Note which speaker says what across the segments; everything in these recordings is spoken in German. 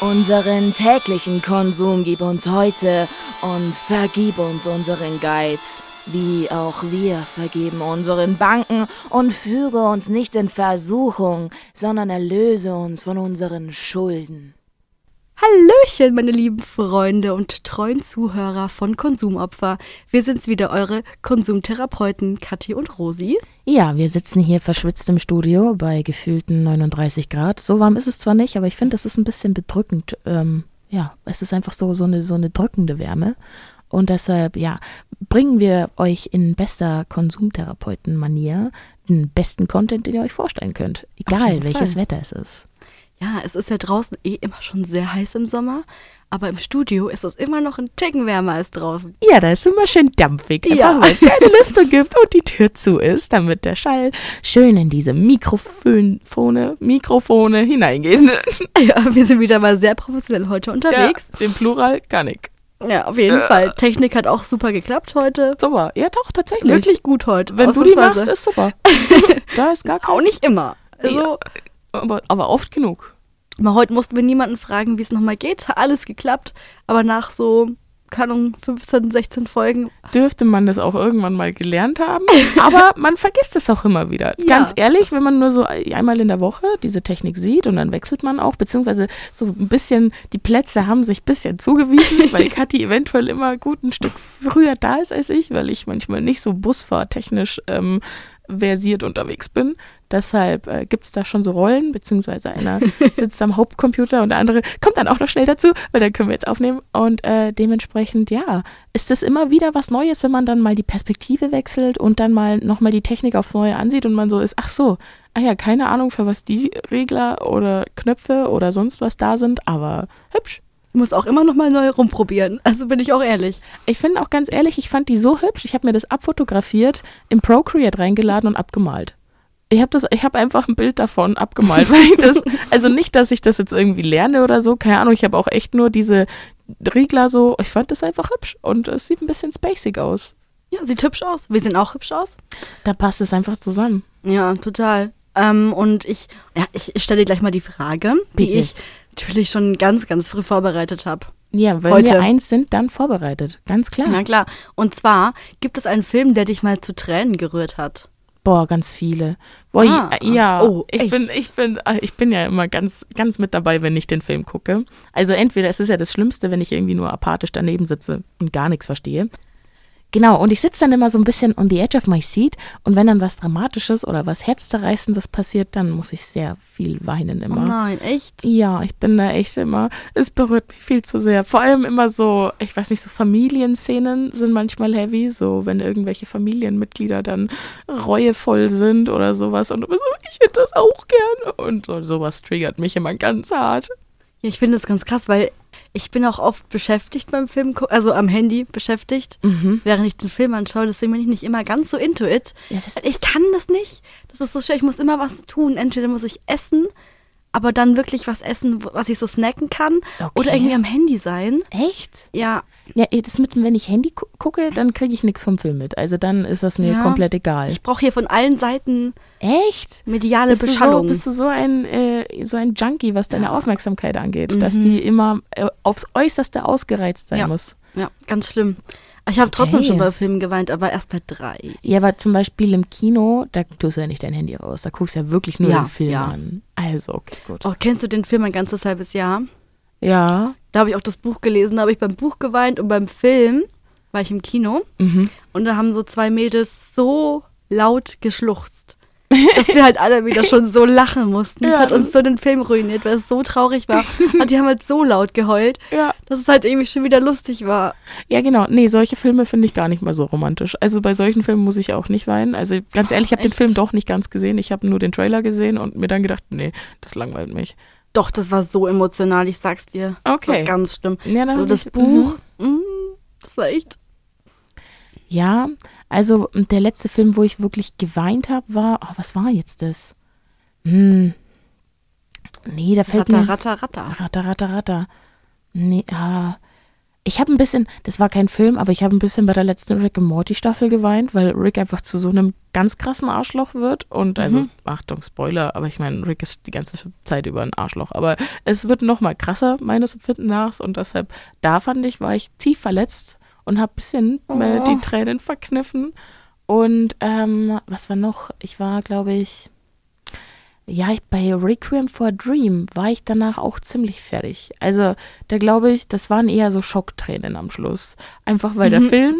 Speaker 1: Unseren täglichen Konsum gib uns heute und vergib uns unseren Geiz, wie auch wir vergeben unseren Banken und führe uns nicht in Versuchung, sondern erlöse uns von unseren Schulden.
Speaker 2: Hallöchen, meine lieben Freunde und treuen Zuhörer von Konsumopfer. Wir sind's wieder, eure Konsumtherapeuten Kathi und Rosi.
Speaker 3: Ja, wir sitzen hier verschwitzt im Studio bei gefühlten 39 Grad. So warm ist es zwar nicht, aber ich finde, es ist ein bisschen bedrückend. Ähm, ja, es ist einfach so, so, eine, so eine drückende Wärme. Und deshalb, ja, bringen wir euch in bester Konsumtherapeuten-Manier den besten Content, den ihr euch vorstellen könnt. Egal,
Speaker 2: jeden
Speaker 3: welches
Speaker 2: Fall.
Speaker 3: Wetter es ist.
Speaker 2: Ja, es ist ja draußen eh immer schon sehr heiß im Sommer, aber im Studio ist es immer noch ein Ticken wärmer als draußen.
Speaker 3: Ja, da ist immer schön dampfig, einfach
Speaker 2: Ja.
Speaker 3: weil es keine Lüftung gibt und die Tür zu ist, damit der Schall schön in diese Mikrofone, Mikrofone hineingeht.
Speaker 2: Ja, wir sind wieder mal sehr professionell heute unterwegs. Äh.
Speaker 3: Ja, den Plural kann ich.
Speaker 2: Ja, auf jeden Fall. Technik hat auch super geklappt heute.
Speaker 3: Super. Ja, doch, tatsächlich.
Speaker 2: Wirklich gut heute.
Speaker 3: Wenn du die machst,
Speaker 2: ausnahmsweise.
Speaker 3: ist super. da ist gar kein,
Speaker 2: auch nicht immer. Also,
Speaker 3: aber, aber oft genug.
Speaker 2: Aber heute mussten wir niemanden fragen, wie es nochmal geht. Hat alles geklappt. Aber nach so, keine Ahnung, 15, 16 Folgen.
Speaker 3: Dürfte man das auch irgendwann mal gelernt haben, aber man vergisst es auch immer wieder.
Speaker 2: Ja.
Speaker 3: Ganz ehrlich, wenn man nur so einmal in der Woche diese Technik sieht und dann wechselt man auch, beziehungsweise so ein bisschen, die Plätze haben sich ein bisschen zugewiesen, weil Kathi eventuell immer gut ein Stück früher da ist als ich, weil ich manchmal nicht so busfahrtechnisch ähm, versiert unterwegs bin. Deshalb äh, gibt es da schon so Rollen, beziehungsweise einer sitzt am Hauptcomputer und der andere kommt dann auch noch schnell dazu, weil dann können wir jetzt aufnehmen. Und äh, dementsprechend, ja, ist es immer wieder was Neues, wenn man dann mal die Perspektive wechselt und dann mal nochmal die Technik aufs Neue ansieht und man so ist, ach so, ah ja, keine Ahnung, für was die Regler oder Knöpfe oder sonst was da sind, aber hübsch.
Speaker 2: Ich muss auch immer nochmal neu rumprobieren. Also bin ich auch ehrlich.
Speaker 3: Ich finde auch ganz ehrlich, ich fand die so hübsch. Ich habe mir das abfotografiert, in Procreate reingeladen und abgemalt. Ich habe das, ich habe einfach ein Bild davon abgemalt, weil ich das, also nicht, dass ich das jetzt irgendwie lerne oder so, keine Ahnung. Ich habe auch echt nur diese Regler so. Ich fand das einfach hübsch und es sieht ein bisschen spacig aus.
Speaker 2: Ja, sieht hübsch aus. Wir sehen auch hübsch aus.
Speaker 3: Da passt es einfach zusammen.
Speaker 2: Ja, total. Ähm, und ich, ja, ich stelle dir gleich mal die Frage, die
Speaker 3: Bitte.
Speaker 2: ich natürlich schon ganz, ganz früh vorbereitet habe.
Speaker 3: Ja, wenn
Speaker 2: Heute.
Speaker 3: wir eins sind, dann vorbereitet, ganz klar.
Speaker 2: Na klar. Und zwar gibt es einen Film, der dich mal zu Tränen gerührt hat.
Speaker 3: Boah, ganz viele. Boah,
Speaker 2: Ah.
Speaker 3: ja, ja.
Speaker 2: Oh,
Speaker 3: ich
Speaker 2: echt?
Speaker 3: bin, ich bin, ah, ich bin ja immer ganz, ganz mit dabei, wenn ich den Film gucke. Also entweder es ist ja das Schlimmste, wenn ich irgendwie nur apathisch daneben sitze und gar nichts verstehe. Genau, und ich sitze dann immer so ein bisschen on the edge of my seat und wenn dann was Dramatisches oder was Herzzerreißendes passiert, dann muss ich sehr viel weinen
Speaker 2: Oh
Speaker 3: immer.
Speaker 2: nein, echt?
Speaker 3: Ja, ich bin da echt immer, es berührt mich viel zu sehr. Vor allem immer so, ich weiß nicht, so Familienszenen sind manchmal heavy, so wenn irgendwelche Familienmitglieder dann reuevoll sind oder sowas und du bist so, ich hätte das auch gerne und so, sowas triggert mich immer ganz hart.
Speaker 2: Ja, ich finde das ganz krass, weil ich bin auch oft beschäftigt beim Film, also am Handy beschäftigt,
Speaker 3: Mhm.
Speaker 2: während ich den Film anschaue. Deswegen bin ich nicht immer ganz so into it.
Speaker 3: Ja, das-
Speaker 2: ich kann das nicht. Das ist so schwer. Ich muss immer was tun. Entweder muss ich essen, aber dann wirklich was essen, was ich so snacken kann.
Speaker 3: Okay.
Speaker 2: Oder irgendwie am Handy sein.
Speaker 3: Echt?
Speaker 2: Ja,
Speaker 3: Ja, eh, das mit, dem, wenn ich Handy gu gucke, dann kriege ich nichts vom Film mit. Also dann ist das mir
Speaker 2: Ja.
Speaker 3: komplett egal.
Speaker 2: ich brauche hier von allen Seiten
Speaker 3: Echt?
Speaker 2: mediale
Speaker 3: Bist du, so,
Speaker 2: Beschallung.
Speaker 3: bist du so ein äh, so ein Junkie, was deine Aufmerksamkeit angeht, dass die immer äh, aufs Äußerste ausgereizt sein
Speaker 2: Mhm. Ja.
Speaker 3: muss?
Speaker 2: ja, ganz schlimm. Ich habe trotzdem
Speaker 3: Okay.
Speaker 2: schon bei Filmen geweint, aber erst bei drei.
Speaker 3: Ja, aber zum Beispiel im Kino, da tust du ja nicht dein Handy raus. Da guckst du ja wirklich nur
Speaker 2: Ja,
Speaker 3: den Film
Speaker 2: ja.
Speaker 3: an. Also, okay, gut.
Speaker 2: Oh, kennst du den Film ein ganzes halbes Jahr?
Speaker 3: Ja.
Speaker 2: Da habe ich auch das Buch gelesen, da habe ich beim Buch geweint und beim Film war ich im Kino
Speaker 3: Mhm.
Speaker 2: und da haben so zwei Mädels so laut geschluchzt, dass wir halt alle wieder schon so lachen mussten.
Speaker 3: Ja,
Speaker 2: das hat uns
Speaker 3: das-
Speaker 2: so den Film ruiniert, weil es so traurig war und die haben halt so laut geheult,
Speaker 3: Ja.
Speaker 2: dass es halt irgendwie schon wieder lustig war.
Speaker 3: Ja, genau. Nee, solche Filme finde ich gar nicht mal so romantisch. Also bei solchen Filmen muss ich auch nicht weinen. Also ganz ehrlich, ich habe den
Speaker 2: echt?
Speaker 3: Film doch nicht ganz gesehen. Ich habe nur den Trailer gesehen und mir dann gedacht, nee, das langweilt mich.
Speaker 2: Doch, das war so emotional, ich sag's dir. Das
Speaker 3: Okay.
Speaker 2: war ganz schlimm.
Speaker 3: Ja, dann
Speaker 2: Also
Speaker 3: hab
Speaker 2: das
Speaker 3: ich- Mhm.
Speaker 2: Buch, mm, das war echt.
Speaker 3: Ja, also der letzte Film, wo ich wirklich geweint habe, war, oh, was war jetzt das? Hm. Nee, da fällt
Speaker 2: Ratter,
Speaker 3: mir...
Speaker 2: ratter, ratter.
Speaker 3: Ratter, ratter, ratter. Nee, ah. Ich habe ein bisschen, das war kein Film, aber ich habe ein bisschen bei der letzten Rick and Morty Staffel geweint, weil Rick einfach zu so einem ganz krassem Arschloch wird. Und also, Achtung, Spoiler, aber ich meine, Rick ist die ganze Zeit über ein Arschloch. Aber es wird noch mal krasser, meines Empfindens nach. Und deshalb, da fand ich, war ich tief verletzt und habe ein bisschen äh, die Tränen verkniffen. Und ähm, was war noch? Ich war, glaube ich, ja, ich, bei Requiem for a Dream war ich danach auch ziemlich fertig. Also da glaube ich, das waren eher so Schocktränen am Schluss. Einfach weil der Film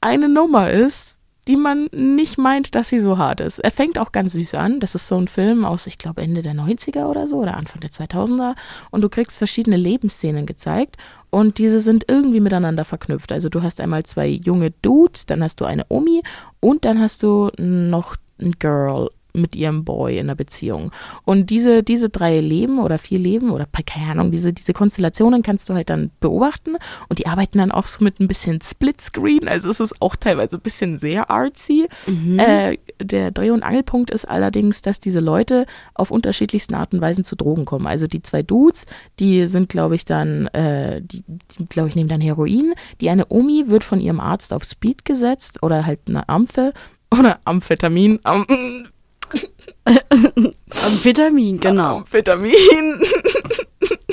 Speaker 3: eine Nummer ist, die man nicht meint, dass sie so hart ist. Er fängt auch ganz süß an. Das ist so ein Film aus, ich glaube, Ende der 90er oder so oder Anfang der 2000er. Und du kriegst verschiedene Lebensszenen gezeigt und diese sind irgendwie miteinander verknüpft. Also du hast einmal zwei junge Dudes, dann hast du eine Omi und dann hast du noch ein Girl mit ihrem Boy in einer Beziehung. Und diese, diese drei Leben oder vier Leben oder keine Ahnung, diese, diese Konstellationen kannst du halt dann beobachten und die arbeiten dann auch so mit ein bisschen Splitscreen, also es ist auch teilweise ein bisschen sehr artsy.
Speaker 2: Mhm.
Speaker 3: Äh, der Dreh- und Angelpunkt ist allerdings, dass diese Leute auf unterschiedlichsten Art und Weisen zu Drogen kommen. Also die zwei Dudes, die sind, glaube ich, dann, äh, die, die glaube ich, nehmen dann Heroin. Die eine Omi wird von ihrem Arzt auf Speed gesetzt oder halt eine Amphe oder Amphetamin. Am
Speaker 2: Amphetamin, genau.
Speaker 3: Amphetamin.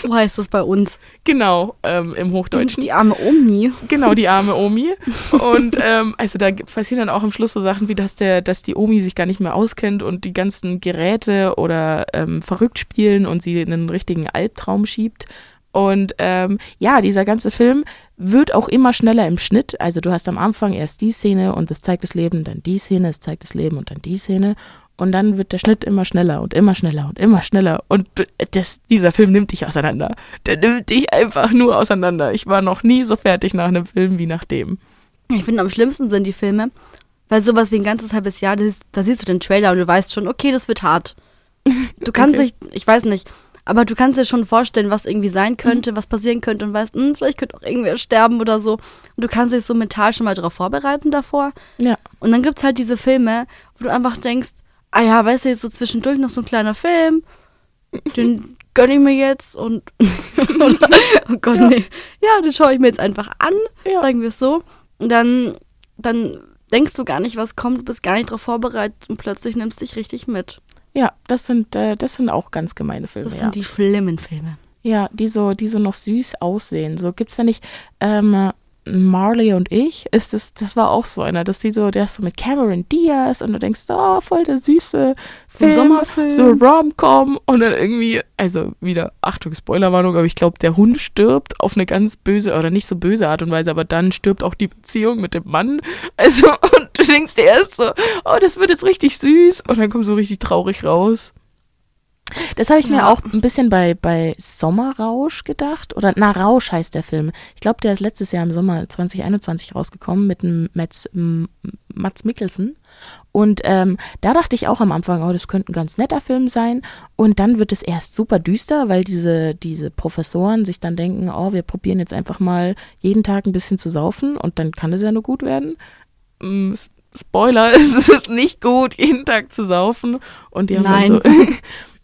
Speaker 2: So heißt das bei uns.
Speaker 3: Genau, ähm, im Hochdeutschen.
Speaker 2: Die arme Omi.
Speaker 3: Genau, die arme Omi. Und ähm, also da passieren dann auch am Schluss so Sachen wie, dass der, dass die Omi sich gar nicht mehr auskennt und die ganzen Geräte oder ähm, verrückt spielen und sie in einen richtigen Albtraum schiebt. Und ähm, ja, dieser ganze Film wird auch immer schneller im Schnitt. Also du hast am Anfang erst die Szene und das zeigt das Leben, dann die Szene, es zeigt das Leben und dann die Szene. Und dann wird der Schnitt immer schneller und immer schneller und immer schneller. Und du- das, dieser Film nimmt dich auseinander. Der nimmt dich einfach nur auseinander. Ich war noch nie so fertig nach einem Film wie nach dem.
Speaker 2: Ich finde, am schlimmsten sind die Filme, weil sowas wie ein ganzes halbes Jahr, das, da siehst du den Trailer und du weißt schon, okay, das wird hart. Du kannst
Speaker 3: Okay.
Speaker 2: dich, ich weiß nicht, aber du kannst dir schon vorstellen, was irgendwie sein könnte, was passieren könnte und weißt, hm, vielleicht könnte auch irgendwer sterben oder so. Und du kannst dich so mental schon mal darauf vorbereiten davor.
Speaker 3: Ja.
Speaker 2: Und dann gibt es halt diese Filme, wo du einfach denkst, ah ja, weißt du, jetzt so zwischendurch noch so ein kleiner Film, den gönne ich mir jetzt und oder, oh Gott, nee. Ja, den schaue ich mir jetzt einfach an,
Speaker 3: Ja.
Speaker 2: sagen wir es so. Und dann, dann denkst du gar nicht, was kommt, du bist gar nicht darauf vorbereitet und plötzlich nimmst dich richtig mit.
Speaker 3: Ja, das sind, äh, das sind auch ganz gemeine Filme.
Speaker 2: Das
Speaker 3: ja.
Speaker 2: sind die schlimmen Filme.
Speaker 3: Ja, die so, die so noch süß aussehen. So gibt's da nicht ähm, Marley und ich? Ist das, das war auch so einer, dass die so, der ist so mit Cameron Diaz und du denkst, oh, voll der süße Film,
Speaker 2: Sommerfilm.
Speaker 3: so Rom-Com und dann irgendwie, also wieder, Achtung, Spoilerwarnung, aber ich glaube, der Hund stirbt auf eine ganz böse oder nicht so böse Art und Weise, aber dann stirbt auch die Beziehung mit dem Mann. Also, und du denkst dir erst so, oh, das wird jetzt richtig süß und dann kommt so richtig traurig raus. Das habe ich mir
Speaker 2: Ja.
Speaker 3: auch ein bisschen bei, bei Sommerrausch gedacht. Oder, na, Rausch heißt der Film. Ich glaube, der ist letztes Jahr im Sommer 2021 rausgekommen mit dem Mats, m- Mats Mikkelsen. Und ähm, da dachte ich auch am Anfang, oh, das könnte ein ganz netter Film sein. Und dann wird es erst super düster, weil diese, diese Professoren sich dann denken, oh, wir probieren jetzt einfach mal jeden Tag ein bisschen zu saufen und dann kann es ja nur gut werden. Mm, S- Spoiler, es ist nicht gut, jeden Tag zu saufen. Und die haben
Speaker 2: Nein.
Speaker 3: dann so.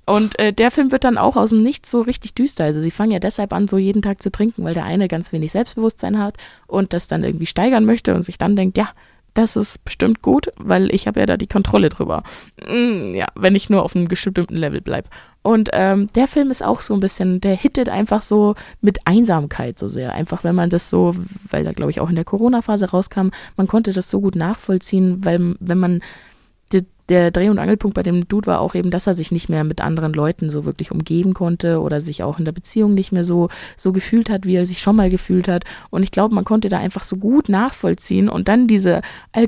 Speaker 3: Und äh, der Film wird dann auch aus dem Nichts so richtig düster. Also sie fangen ja deshalb an, so jeden Tag zu trinken, weil der eine ganz wenig Selbstbewusstsein hat und das dann irgendwie steigern möchte und sich dann denkt, ja, das ist bestimmt gut, weil ich habe ja da die Kontrolle drüber. Mm, ja, wenn ich nur auf einem bestimmten Level bleibe. Und ähm, der Film ist auch so ein bisschen, der hittet einfach so mit Einsamkeit so sehr. Einfach, wenn man das so, weil da glaube ich auch in der Corona-Phase rauskam, man konnte das so gut nachvollziehen, weil wenn man der, der Dreh- und Angelpunkt bei dem Dude war auch eben, dass er sich nicht mehr mit anderen Leuten so wirklich umgeben konnte oder sich auch in der Beziehung nicht mehr so, so gefühlt hat, wie er sich schon mal gefühlt hat. Und ich glaube, man konnte da einfach so gut nachvollziehen und dann diese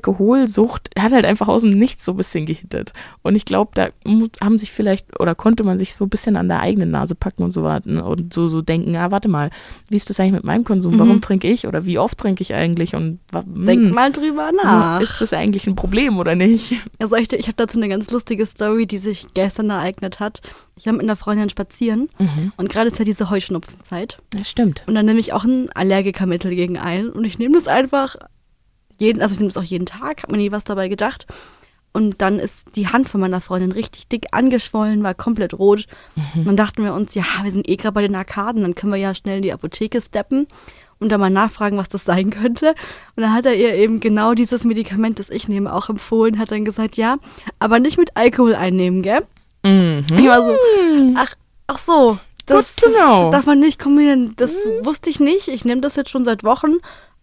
Speaker 3: Alkoholsucht hat halt einfach aus dem Nichts so ein bisschen gehittet. Und ich glaube, da mu- haben sich vielleicht oder konnte man sich so ein bisschen an der eigenen Nase packen und so warten und so, so denken, ah, warte mal, wie ist das eigentlich mit meinem Konsum? Warum trinke ich oder wie oft trinke ich eigentlich? Und wa-
Speaker 2: Denk
Speaker 3: hm,
Speaker 2: mal drüber nach.
Speaker 3: ist das eigentlich ein Problem oder nicht?
Speaker 2: Also ich, ich habe dazu eine ganz lustige Story, die sich gestern ereignet hat. Ich war mit einer Freundin spazieren
Speaker 3: Mhm.
Speaker 2: und gerade ist ja diese Heuschnupfenzeit.
Speaker 3: Das stimmt.
Speaker 2: Und dann nehme ich auch ein Allergikermittel gegen ein. Und ich nehme das einfach jeden, also ich nehme das auch jeden Tag, habe mir nie was dabei gedacht. Und dann ist die Hand von meiner Freundin richtig dick angeschwollen, war komplett rot. Und dann dachten wir uns, ja, wir sind eh gerade bei den Arkaden, dann können wir ja schnell in die Apotheke steppen und da mal nachfragen, was das sein könnte. Und dann hat er ihr eben genau dieses Medikament, das ich nehme, auch empfohlen, hat dann gesagt, ja, aber nicht mit Alkohol einnehmen, gell? Ich
Speaker 3: Mhm.
Speaker 2: war so, ach, ach so, das,
Speaker 3: Good to know. Mhm.
Speaker 2: das darf man nicht kombinieren. Das wusste ich nicht. Ich nehme das jetzt schon seit Wochen.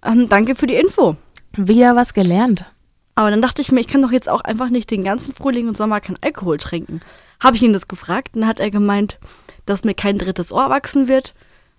Speaker 2: Ähm, danke für die Info.
Speaker 3: Wieder was gelernt.
Speaker 2: Aber dann dachte ich mir, ich kann doch jetzt auch einfach nicht den ganzen Frühling und Sommer keinen Alkohol trinken. Habe ich ihn das gefragt und dann hat er gemeint, dass mir kein drittes Ohr wachsen wird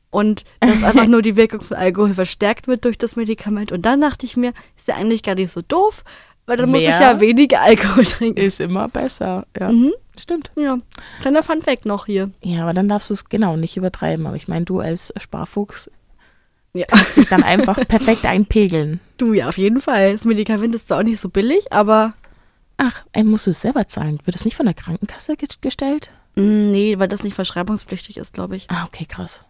Speaker 2: und dass einfach nur die Wirkung von Alkohol verstärkt wird durch das Medikament. Und dann dachte ich mir, ist ja eigentlich gar nicht so doof, weil dann muss ich
Speaker 3: Mehr?
Speaker 2: ja weniger Alkohol trinken.
Speaker 3: Ist immer besser. Ja.
Speaker 2: Mhm.
Speaker 3: Stimmt.
Speaker 2: Ja, kleiner Funfact noch hier.
Speaker 3: Ja, aber dann darfst du es genau nicht übertreiben. Aber ich meine, du als Sparfuchs
Speaker 2: Ja.
Speaker 3: kannst dich dann einfach perfekt einpegeln.
Speaker 2: Du, ja, auf jeden Fall. Das Medikament ist zwar auch nicht so billig, aber.
Speaker 3: Ach, ey, musst du es selber zahlen? Wird es nicht von der Krankenkasse ge gestellt?
Speaker 2: Mm, Nee, weil das nicht verschreibungspflichtig ist, glaube ich.
Speaker 3: Ah, okay, krass.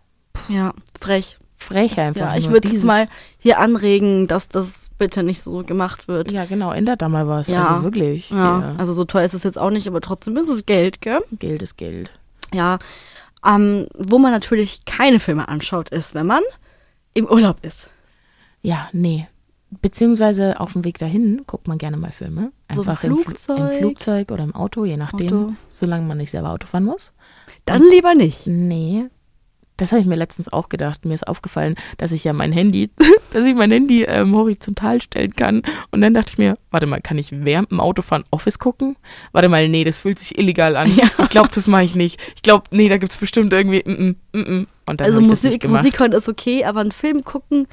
Speaker 2: Ja, frech.
Speaker 3: Frech einfach.
Speaker 2: Ja, ich
Speaker 3: nur.
Speaker 2: würde jetzt
Speaker 3: Dieses-
Speaker 2: mal hier anregen, dass das bitte nicht so gemacht wird.
Speaker 3: Ja, genau, ändert da mal was.
Speaker 2: Ja.
Speaker 3: Also wirklich.
Speaker 2: Ja,
Speaker 3: Ja.
Speaker 2: also so teuer ist es jetzt auch nicht, aber trotzdem ist es Geld, gell?
Speaker 3: Geld ist Geld.
Speaker 2: Ja. Ähm, wo man natürlich keine Filme anschaut, ist, wenn man im Urlaub ist.
Speaker 3: Ja, nee. Beziehungsweise auf dem Weg dahin guckt man gerne mal Filme.
Speaker 2: So im
Speaker 3: Einfach im, Fl-
Speaker 2: Flugzeug.
Speaker 3: im Flugzeug oder im Auto, je nachdem.
Speaker 2: Auto.
Speaker 3: Solange man nicht selber Auto fahren muss.
Speaker 2: Dann lieber nicht.
Speaker 3: Nee. Das habe ich mir letztens auch gedacht. Mir ist aufgefallen, dass ich ja mein Handy, dass ich mein Handy ähm, horizontal stellen kann. Und dann dachte ich mir, warte mal, kann ich während dem Autofahren Office gucken? Warte mal, nee, das fühlt sich illegal an.
Speaker 2: Ja.
Speaker 3: Ich glaube, das mache ich nicht. Ich glaube, nee, da gibt es bestimmt irgendwie. Mm, mm, mm, mm. Und dann
Speaker 2: also
Speaker 3: habe ich das nicht
Speaker 2: Musik,
Speaker 3: gemacht.
Speaker 2: Musik hören ist okay, aber einen Film gucken,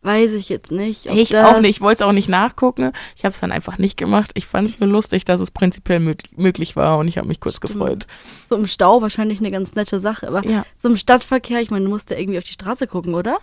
Speaker 2: weiß ich jetzt nicht. ob
Speaker 3: Ich
Speaker 2: das-
Speaker 3: auch nicht, ich wollte es auch nicht nachgucken. Ich habe es dann einfach nicht gemacht. Ich fand es nur lustig, dass es prinzipiell mö- möglich war und ich habe mich kurz
Speaker 2: Stimmt.
Speaker 3: gefreut.
Speaker 2: So im Stau wahrscheinlich eine ganz nette Sache, aber
Speaker 3: Ja.
Speaker 2: so im Stadtverkehr, ich meine, du musst ja irgendwie auf die Straße gucken, oder?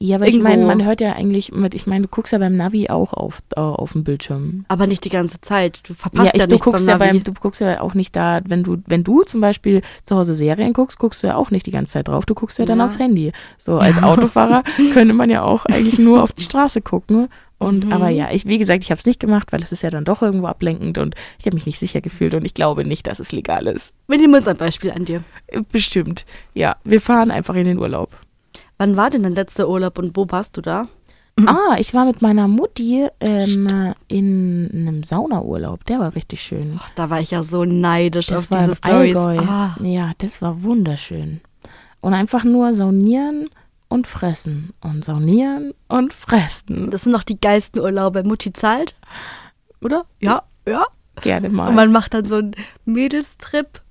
Speaker 3: Ja, aber ich
Speaker 2: Irgendwo.
Speaker 3: meine, man hört ja eigentlich mit, ich meine, du guckst ja beim Navi auch auf, äh, auf dem Bildschirm.
Speaker 2: Aber nicht die ganze Zeit. Du verpasst ja,
Speaker 3: ich, du
Speaker 2: nichts
Speaker 3: guckst
Speaker 2: beim
Speaker 3: ja beim,
Speaker 2: Navi.
Speaker 3: du guckst ja auch nicht da, wenn du, wenn du zum Beispiel zu Hause Serien guckst, guckst du ja auch nicht die ganze Zeit drauf, du guckst ja dann
Speaker 2: Ja.
Speaker 3: aufs Handy. So als Autofahrer könnte man ja auch eigentlich nur auf die Straße gucken. Und
Speaker 2: Mhm.
Speaker 3: aber ja, ich, wie gesagt, ich habe es nicht gemacht, weil es ist ja dann doch irgendwo ablenkend und ich habe mich nicht sicher gefühlt und ich glaube nicht, dass es legal ist.
Speaker 2: Wir nehmen uns ein Beispiel an dir.
Speaker 3: Bestimmt. Ja, wir fahren einfach in den Urlaub.
Speaker 2: Wann war denn dein letzter Urlaub und wo warst du da? Mhm.
Speaker 3: Ah, ich war mit meiner Mutti ähm, in einem Saunaurlaub. Der war richtig schön.
Speaker 2: Ach, da war ich ja so neidisch
Speaker 3: Das
Speaker 2: auf
Speaker 3: war
Speaker 2: diese
Speaker 3: im
Speaker 2: Stories.
Speaker 3: Allgäu.
Speaker 2: Ah,
Speaker 3: Ja, das war wunderschön. Und einfach nur saunieren und fressen. Und saunieren und fressen.
Speaker 2: das sind doch die geilsten Urlaube. Mutti zahlt, oder? Ja, ja.
Speaker 3: Gerne mal.
Speaker 2: Und man macht dann so einen Mädelstrip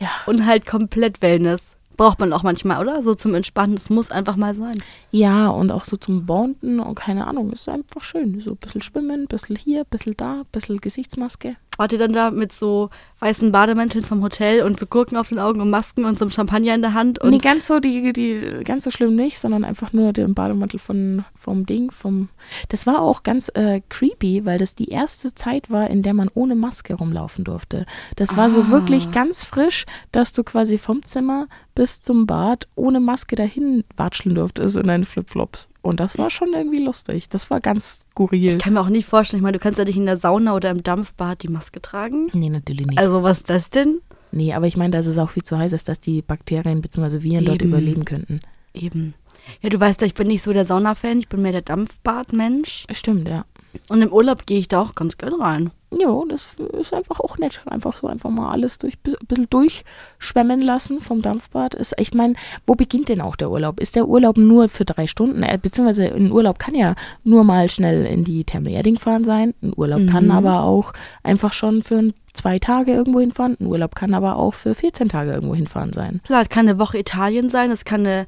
Speaker 3: ja.
Speaker 2: und halt komplett Wellness. Braucht man auch manchmal, oder? So zum Entspannen. Das muss einfach mal sein.
Speaker 3: ja, und auch so zum Bonden und keine Ahnung, ist einfach schön. So ein bisschen schwimmen, ein bisschen hier, ein bisschen da, ein bisschen Gesichtsmaske.
Speaker 2: Wart ihr dann da mit so weißen Bademänteln vom Hotel und so Gurken auf den Augen und Masken und so einem Champagner in der Hand? Und
Speaker 3: nee, ganz so, die, die, ganz so schlimm nicht, sondern einfach nur den Bademantel von, vom Ding, vom. Das war auch ganz äh, creepy, weil das die erste Zeit war, in der man ohne Maske rumlaufen durfte. Das war so wirklich ganz frisch, dass du quasi vom Zimmer bis zum Bad ohne Maske dahin watscheln durftest in deinen Flipflops. Und das war schon irgendwie lustig. Das war ganz skurril.
Speaker 2: Ich kann mir auch nicht vorstellen, ich meine, du kannst ja nicht in der Sauna oder im Dampfbad die Maske tragen.
Speaker 3: Nee, natürlich nicht.
Speaker 2: Also was ist das denn?
Speaker 3: nee, aber ich meine, dass es auch viel zu heiß ist, dass die Bakterien bzw. Viren dort
Speaker 2: Eben.
Speaker 3: überleben könnten.
Speaker 2: Eben. Ja, du weißt ja, ich bin nicht so der Sauna-Fan, ich bin mehr der Dampfbad-Mensch.
Speaker 3: Stimmt, ja.
Speaker 2: Und im Urlaub gehe ich da auch ganz gern rein.
Speaker 3: Ja, und das ist einfach auch nett. Einfach so, einfach mal alles durch, ein bisschen durchschwemmen lassen vom Dampfbad. Ist, ich meine, wo beginnt denn auch der Urlaub? Ist der Urlaub nur für drei Stunden? Äh, Beziehungsweise ein Urlaub kann ja nur mal schnell in die Therme Erding fahren sein. Ein Urlaub kann aber auch einfach schon für ein- zwei Tage irgendwo hinfahren. Ein Urlaub kann aber auch für 14 Tage irgendwo hinfahren sein.
Speaker 2: Klar, es kann eine Woche Italien sein, es kann eine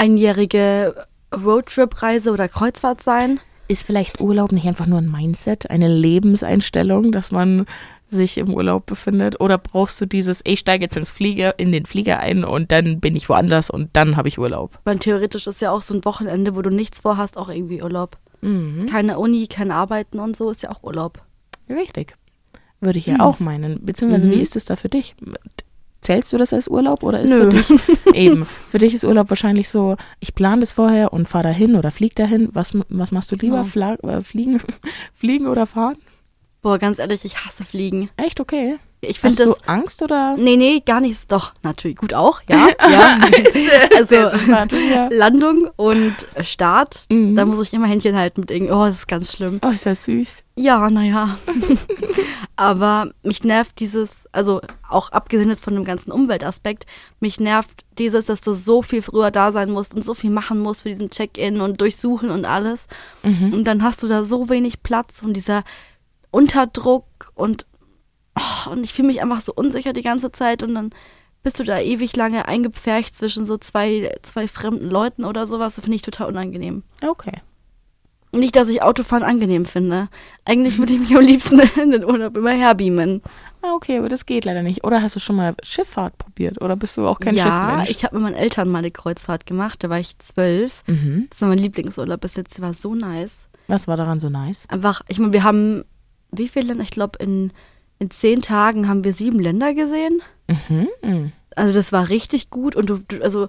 Speaker 2: einjährige Roadtrip-Reise oder Kreuzfahrt sein.
Speaker 3: Ist vielleicht Urlaub nicht einfach nur ein Mindset, eine Lebenseinstellung, dass man sich im Urlaub befindet? Oder brauchst du dieses, ich steige jetzt ins Flieger, in den Flieger ein und dann bin ich woanders und dann habe ich Urlaub?
Speaker 2: Weil theoretisch ist ja auch so ein Wochenende, wo du nichts vorhast, auch irgendwie Urlaub.
Speaker 3: Hm?
Speaker 2: Keine Uni, kein Arbeiten und so ist ja auch Urlaub.
Speaker 3: Richtig. Würde ich ja
Speaker 2: Mhm.
Speaker 3: auch meinen. Beziehungsweise, wie ist es da für dich? Zählst du das als Urlaub oder ist
Speaker 2: Nö.
Speaker 3: für dich eben? Für dich ist Urlaub wahrscheinlich so, ich plane das vorher und fahre dahin oder flieg dahin. Was, was machst du lieber? Fla- äh, fliegen, fliegen oder fahren?
Speaker 2: Boah, ganz ehrlich, ich hasse Fliegen.
Speaker 3: Echt okay.
Speaker 2: Ich
Speaker 3: Hast
Speaker 2: finde
Speaker 3: du
Speaker 2: das.
Speaker 3: Angst oder?
Speaker 2: Nee, nee, gar nichts. Doch, natürlich. Gut auch, ja. ja.
Speaker 3: Sehr
Speaker 2: also,
Speaker 3: sympathisch, ja.
Speaker 2: Landung und Start,
Speaker 3: Mhm.
Speaker 2: da muss ich immer Händchen halten mit irgendwie, oh, das ist ganz schlimm.
Speaker 3: Oh, ist ja süß.
Speaker 2: Ja, naja. Aber mich nervt dieses, also auch abgesehen jetzt von dem ganzen Umweltaspekt, mich nervt dieses, dass du so viel früher da sein musst und so viel machen musst für diesen Check-in und durchsuchen und alles. Und dann hast du da so wenig Platz und dieser Unterdruck und, oh, und ich fühle mich einfach so unsicher die ganze Zeit und dann bist du da ewig lange eingepfercht zwischen so zwei, zwei fremden Leuten oder sowas. Das finde ich total unangenehm.
Speaker 3: Okay.
Speaker 2: Nicht, dass ich Autofahren angenehm finde. Eigentlich würde ich mich am liebsten in den Urlaub immer herbeamen.
Speaker 3: Ah, okay, aber das geht leider nicht. Oder hast du schon mal Schifffahrt probiert? Oder bist du auch kein
Speaker 2: ja,
Speaker 3: Schiffmensch?
Speaker 2: ich habe mit meinen Eltern mal eine Kreuzfahrt gemacht, da war ich zwölf.
Speaker 3: Mhm.
Speaker 2: Das war mein Lieblingsurlaub bis jetzt, war so nice.
Speaker 3: Was war daran so nice?
Speaker 2: Einfach, ich meine, wir haben, wie viele Länder? Ich glaube, in, in zehn Tagen haben wir sieben Länder gesehen.
Speaker 3: Mhm.
Speaker 2: Also das war richtig gut und du, du also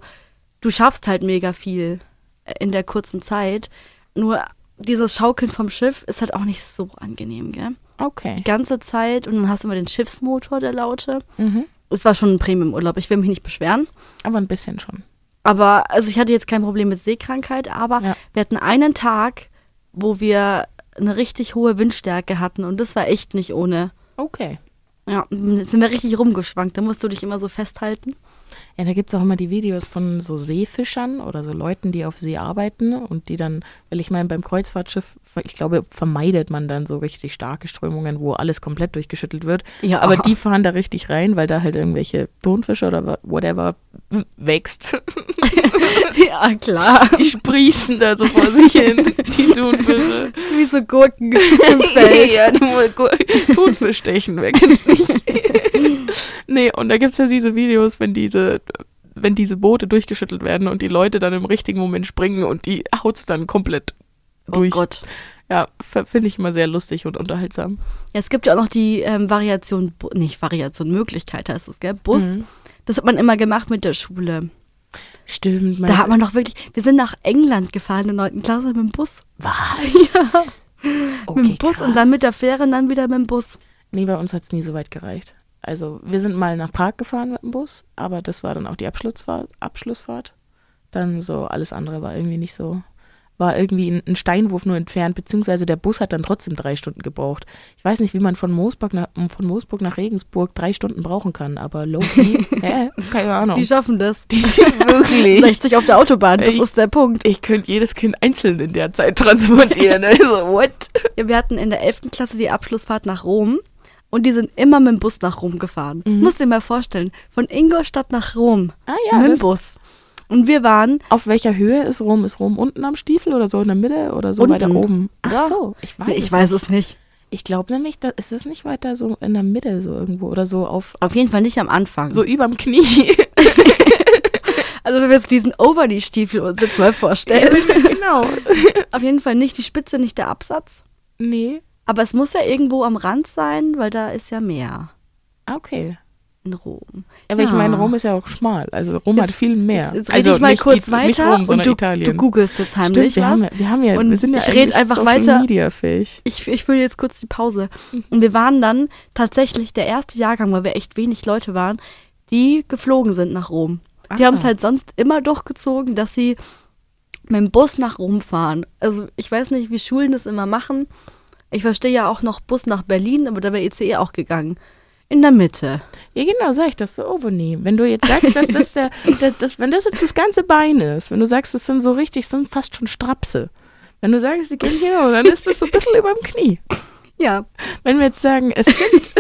Speaker 2: du schaffst halt mega viel äh, in der kurzen Zeit. Nur dieses Schaukeln vom Schiff ist halt auch nicht so angenehm, gell?
Speaker 3: Okay.
Speaker 2: Die ganze Zeit und dann hast du immer den Schiffsmotor, der laute.
Speaker 3: Mhm.
Speaker 2: Es war schon ein Premium-Urlaub, ich will mich nicht beschweren.
Speaker 3: Aber ein bisschen schon.
Speaker 2: Aber, also ich hatte jetzt kein Problem mit Seekrankheit, aber
Speaker 3: Ja.
Speaker 2: wir hatten einen Tag, wo wir eine richtig hohe Windstärke hatten und das war echt nicht ohne.
Speaker 3: Okay.
Speaker 2: Ja, jetzt sind wir richtig rumgeschwankt, da musst du dich immer so festhalten.
Speaker 3: Ja, da gibt es auch immer die Videos von so Seefischern oder so Leuten, die auf See arbeiten und die dann, weil ich meine, beim Kreuzfahrtschiff, ich glaube, vermeidet man dann so richtig starke Strömungen, wo alles komplett durchgeschüttelt wird.
Speaker 2: Ja.
Speaker 3: Aber die fahren da richtig rein, weil da halt irgendwelche Thunfische oder wa- whatever wächst.
Speaker 2: ja, klar.
Speaker 3: Die sprießen da so vor sich hin, die Thunfische.
Speaker 2: Wie so Gurken im Feld.
Speaker 3: ja, du musst gu- Thunfisch stechen, wer kennt's nicht? nee, und da gibt's ja diese Videos, wenn diese wenn diese Boote durchgeschüttelt werden und die Leute dann im richtigen Moment springen und die haut's dann komplett
Speaker 2: Oh
Speaker 3: durch.
Speaker 2: Gott.
Speaker 3: Ja, f- finde ich immer sehr lustig und unterhaltsam.
Speaker 2: Ja, es gibt ja auch noch die ähm, Variation, Bu- nicht Variation, Möglichkeit heißt es, gell? Bus.
Speaker 3: Mhm.
Speaker 2: Das hat man immer gemacht mit der Schule.
Speaker 3: Stimmt,
Speaker 2: Da hat man doch wirklich, wir sind nach England gefahren in der 9. Klasse mit dem Bus.
Speaker 3: was? Okay,
Speaker 2: mit dem Bus und
Speaker 3: krass.
Speaker 2: dann mit der Fähre und dann wieder mit dem Bus.
Speaker 3: Nee, bei uns hat es nie so weit gereicht. Also wir sind mal nach Prag gefahren mit dem Bus, aber das war dann auch die Abschlussfahrt. Abschlussfahrt. Dann so, alles andere war irgendwie nicht so, war irgendwie ein, ein Steinwurf nur entfernt, beziehungsweise der Bus hat dann trotzdem drei Stunden gebraucht. Ich weiß nicht, wie man von Moosburg nach, von Moosburg nach Regensburg drei Stunden brauchen kann, aber Loki, hä? Keine Ahnung.
Speaker 2: Die schaffen das.
Speaker 3: wirklich.
Speaker 2: 60 auf der Autobahn, das
Speaker 3: Ey.
Speaker 2: ist der Punkt.
Speaker 3: Ich könnte jedes Kind einzeln in der Zeit transportieren. Also, what?
Speaker 2: Ja, wir hatten in der 11. Klasse die Abschlussfahrt nach Rom und die sind immer mit dem Bus nach Rom gefahren. Musst dir mal vorstellen, von Ingolstadt nach Rom
Speaker 3: Ah Mhm. ja,
Speaker 2: mit dem
Speaker 3: das-
Speaker 2: Bus. Und wir waren
Speaker 3: Auf welcher Höhe ist Rom? Ist Rom unten am Stiefel oder so in der Mitte oder so
Speaker 2: Unten.
Speaker 3: weiter oben? Ach
Speaker 2: Ja.
Speaker 3: so, ich weiß.
Speaker 2: Nee,
Speaker 3: es
Speaker 2: ich weiß es nicht.
Speaker 3: Ich glaube nämlich, da ist es nicht weiter so in der Mitte so irgendwo oder so auf
Speaker 2: Auf jeden Fall nicht am Anfang.
Speaker 3: so überm Knie.
Speaker 2: also wenn wir jetzt diesen Overknee-Stiefel uns jetzt mal vorstellen.
Speaker 3: genau.
Speaker 2: Auf jeden Fall nicht die Spitze, nicht der Absatz.
Speaker 3: Nee.
Speaker 2: Aber es muss ja irgendwo am Rand sein, weil da ist ja Meer
Speaker 3: Ah, Okay.
Speaker 2: in Rom.
Speaker 3: Aber ich
Speaker 2: Ja.
Speaker 3: meine, Rom ist ja auch schmal. Also Rom hat
Speaker 2: Jetzt-
Speaker 3: viel mehr.
Speaker 2: Jetzt, jetzt rede
Speaker 3: also
Speaker 2: ich mal
Speaker 3: nicht
Speaker 2: kurz
Speaker 3: I-
Speaker 2: weiter
Speaker 3: Nicht Rom,
Speaker 2: und
Speaker 3: sondern
Speaker 2: du,
Speaker 3: Italien.
Speaker 2: du googelst jetzt heimlich
Speaker 3: Stimmt, wir
Speaker 2: was.
Speaker 3: haben, ja, wir haben ja,
Speaker 2: Und
Speaker 3: wir sind ja
Speaker 2: ich rede
Speaker 3: eigentlich
Speaker 2: einfach
Speaker 3: Social
Speaker 2: weiter.
Speaker 3: Media fähig.
Speaker 2: ich, ich fülle jetzt kurz die Pause.
Speaker 3: Mhm.
Speaker 2: Und wir waren dann tatsächlich der erste Jahrgang, weil wir echt wenig Leute waren, die geflogen sind nach Rom. Die
Speaker 3: Ah.
Speaker 2: haben es halt sonst immer durchgezogen, dass sie mit dem Bus nach Rom fahren. Also ich weiß nicht, wie Schulen das immer machen. Ich verstehe ja auch noch Bus nach Berlin, aber da wäre ECE E auch gegangen. In der Mitte.
Speaker 3: Ja, genau, sag ich das so, Oveni. Wenn du jetzt sagst, dass das der, das, das, wenn das jetzt das ganze Bein ist, wenn du sagst, das sind so richtig, sind fast schon Strapse. Wenn du sagst, die gehen hier, dann ist das so ein bisschen überm Knie.
Speaker 2: Ja.
Speaker 3: Wenn wir jetzt sagen, es sind,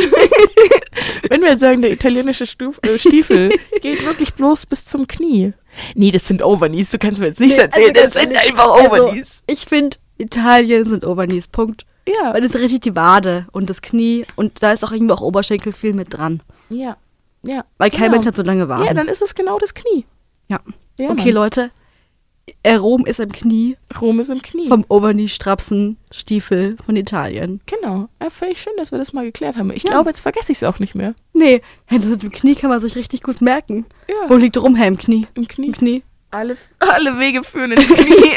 Speaker 3: wenn wir jetzt sagen, der italienische Stuf, äh, Stiefel geht wirklich bloß bis zum Knie. Nee, das sind Overknees, du kannst mir jetzt nichts
Speaker 2: Nee,
Speaker 3: erzählen,
Speaker 2: also ganz
Speaker 3: das sind
Speaker 2: ehrlich,
Speaker 3: einfach
Speaker 2: Also,
Speaker 3: Overknees.
Speaker 2: ich finde, Italien sind Overknees, Punkt.
Speaker 3: ja.
Speaker 2: Weil das ist richtig die Wade und das Knie und da ist auch irgendwo auch Oberschenkel viel mit dran.
Speaker 3: ja. Ja.
Speaker 2: Weil kein
Speaker 3: genau.
Speaker 2: Mensch hat so lange Waden.
Speaker 3: Ja, dann ist es genau das Knie.
Speaker 2: Ja.
Speaker 3: Ja,
Speaker 2: okay,
Speaker 3: Mann.
Speaker 2: Leute. Äh, Rom ist am Knie
Speaker 3: Rom ist im Knie.
Speaker 2: vom Oberknie-Strapsen-Stiefel von Italien.
Speaker 3: Genau. Ja, völlig schön, dass wir das mal geklärt haben. Ich glaube, jetzt vergesse ich es auch nicht mehr.
Speaker 2: Nee, hey, das mit dem Knie kann man sich richtig gut merken.
Speaker 3: Ja.
Speaker 2: Wo liegt Rom? Hey, im Knie.
Speaker 3: Im
Speaker 2: Im
Speaker 3: Knie.
Speaker 2: Knie.
Speaker 3: Alle, alle Wege führen ins Knie.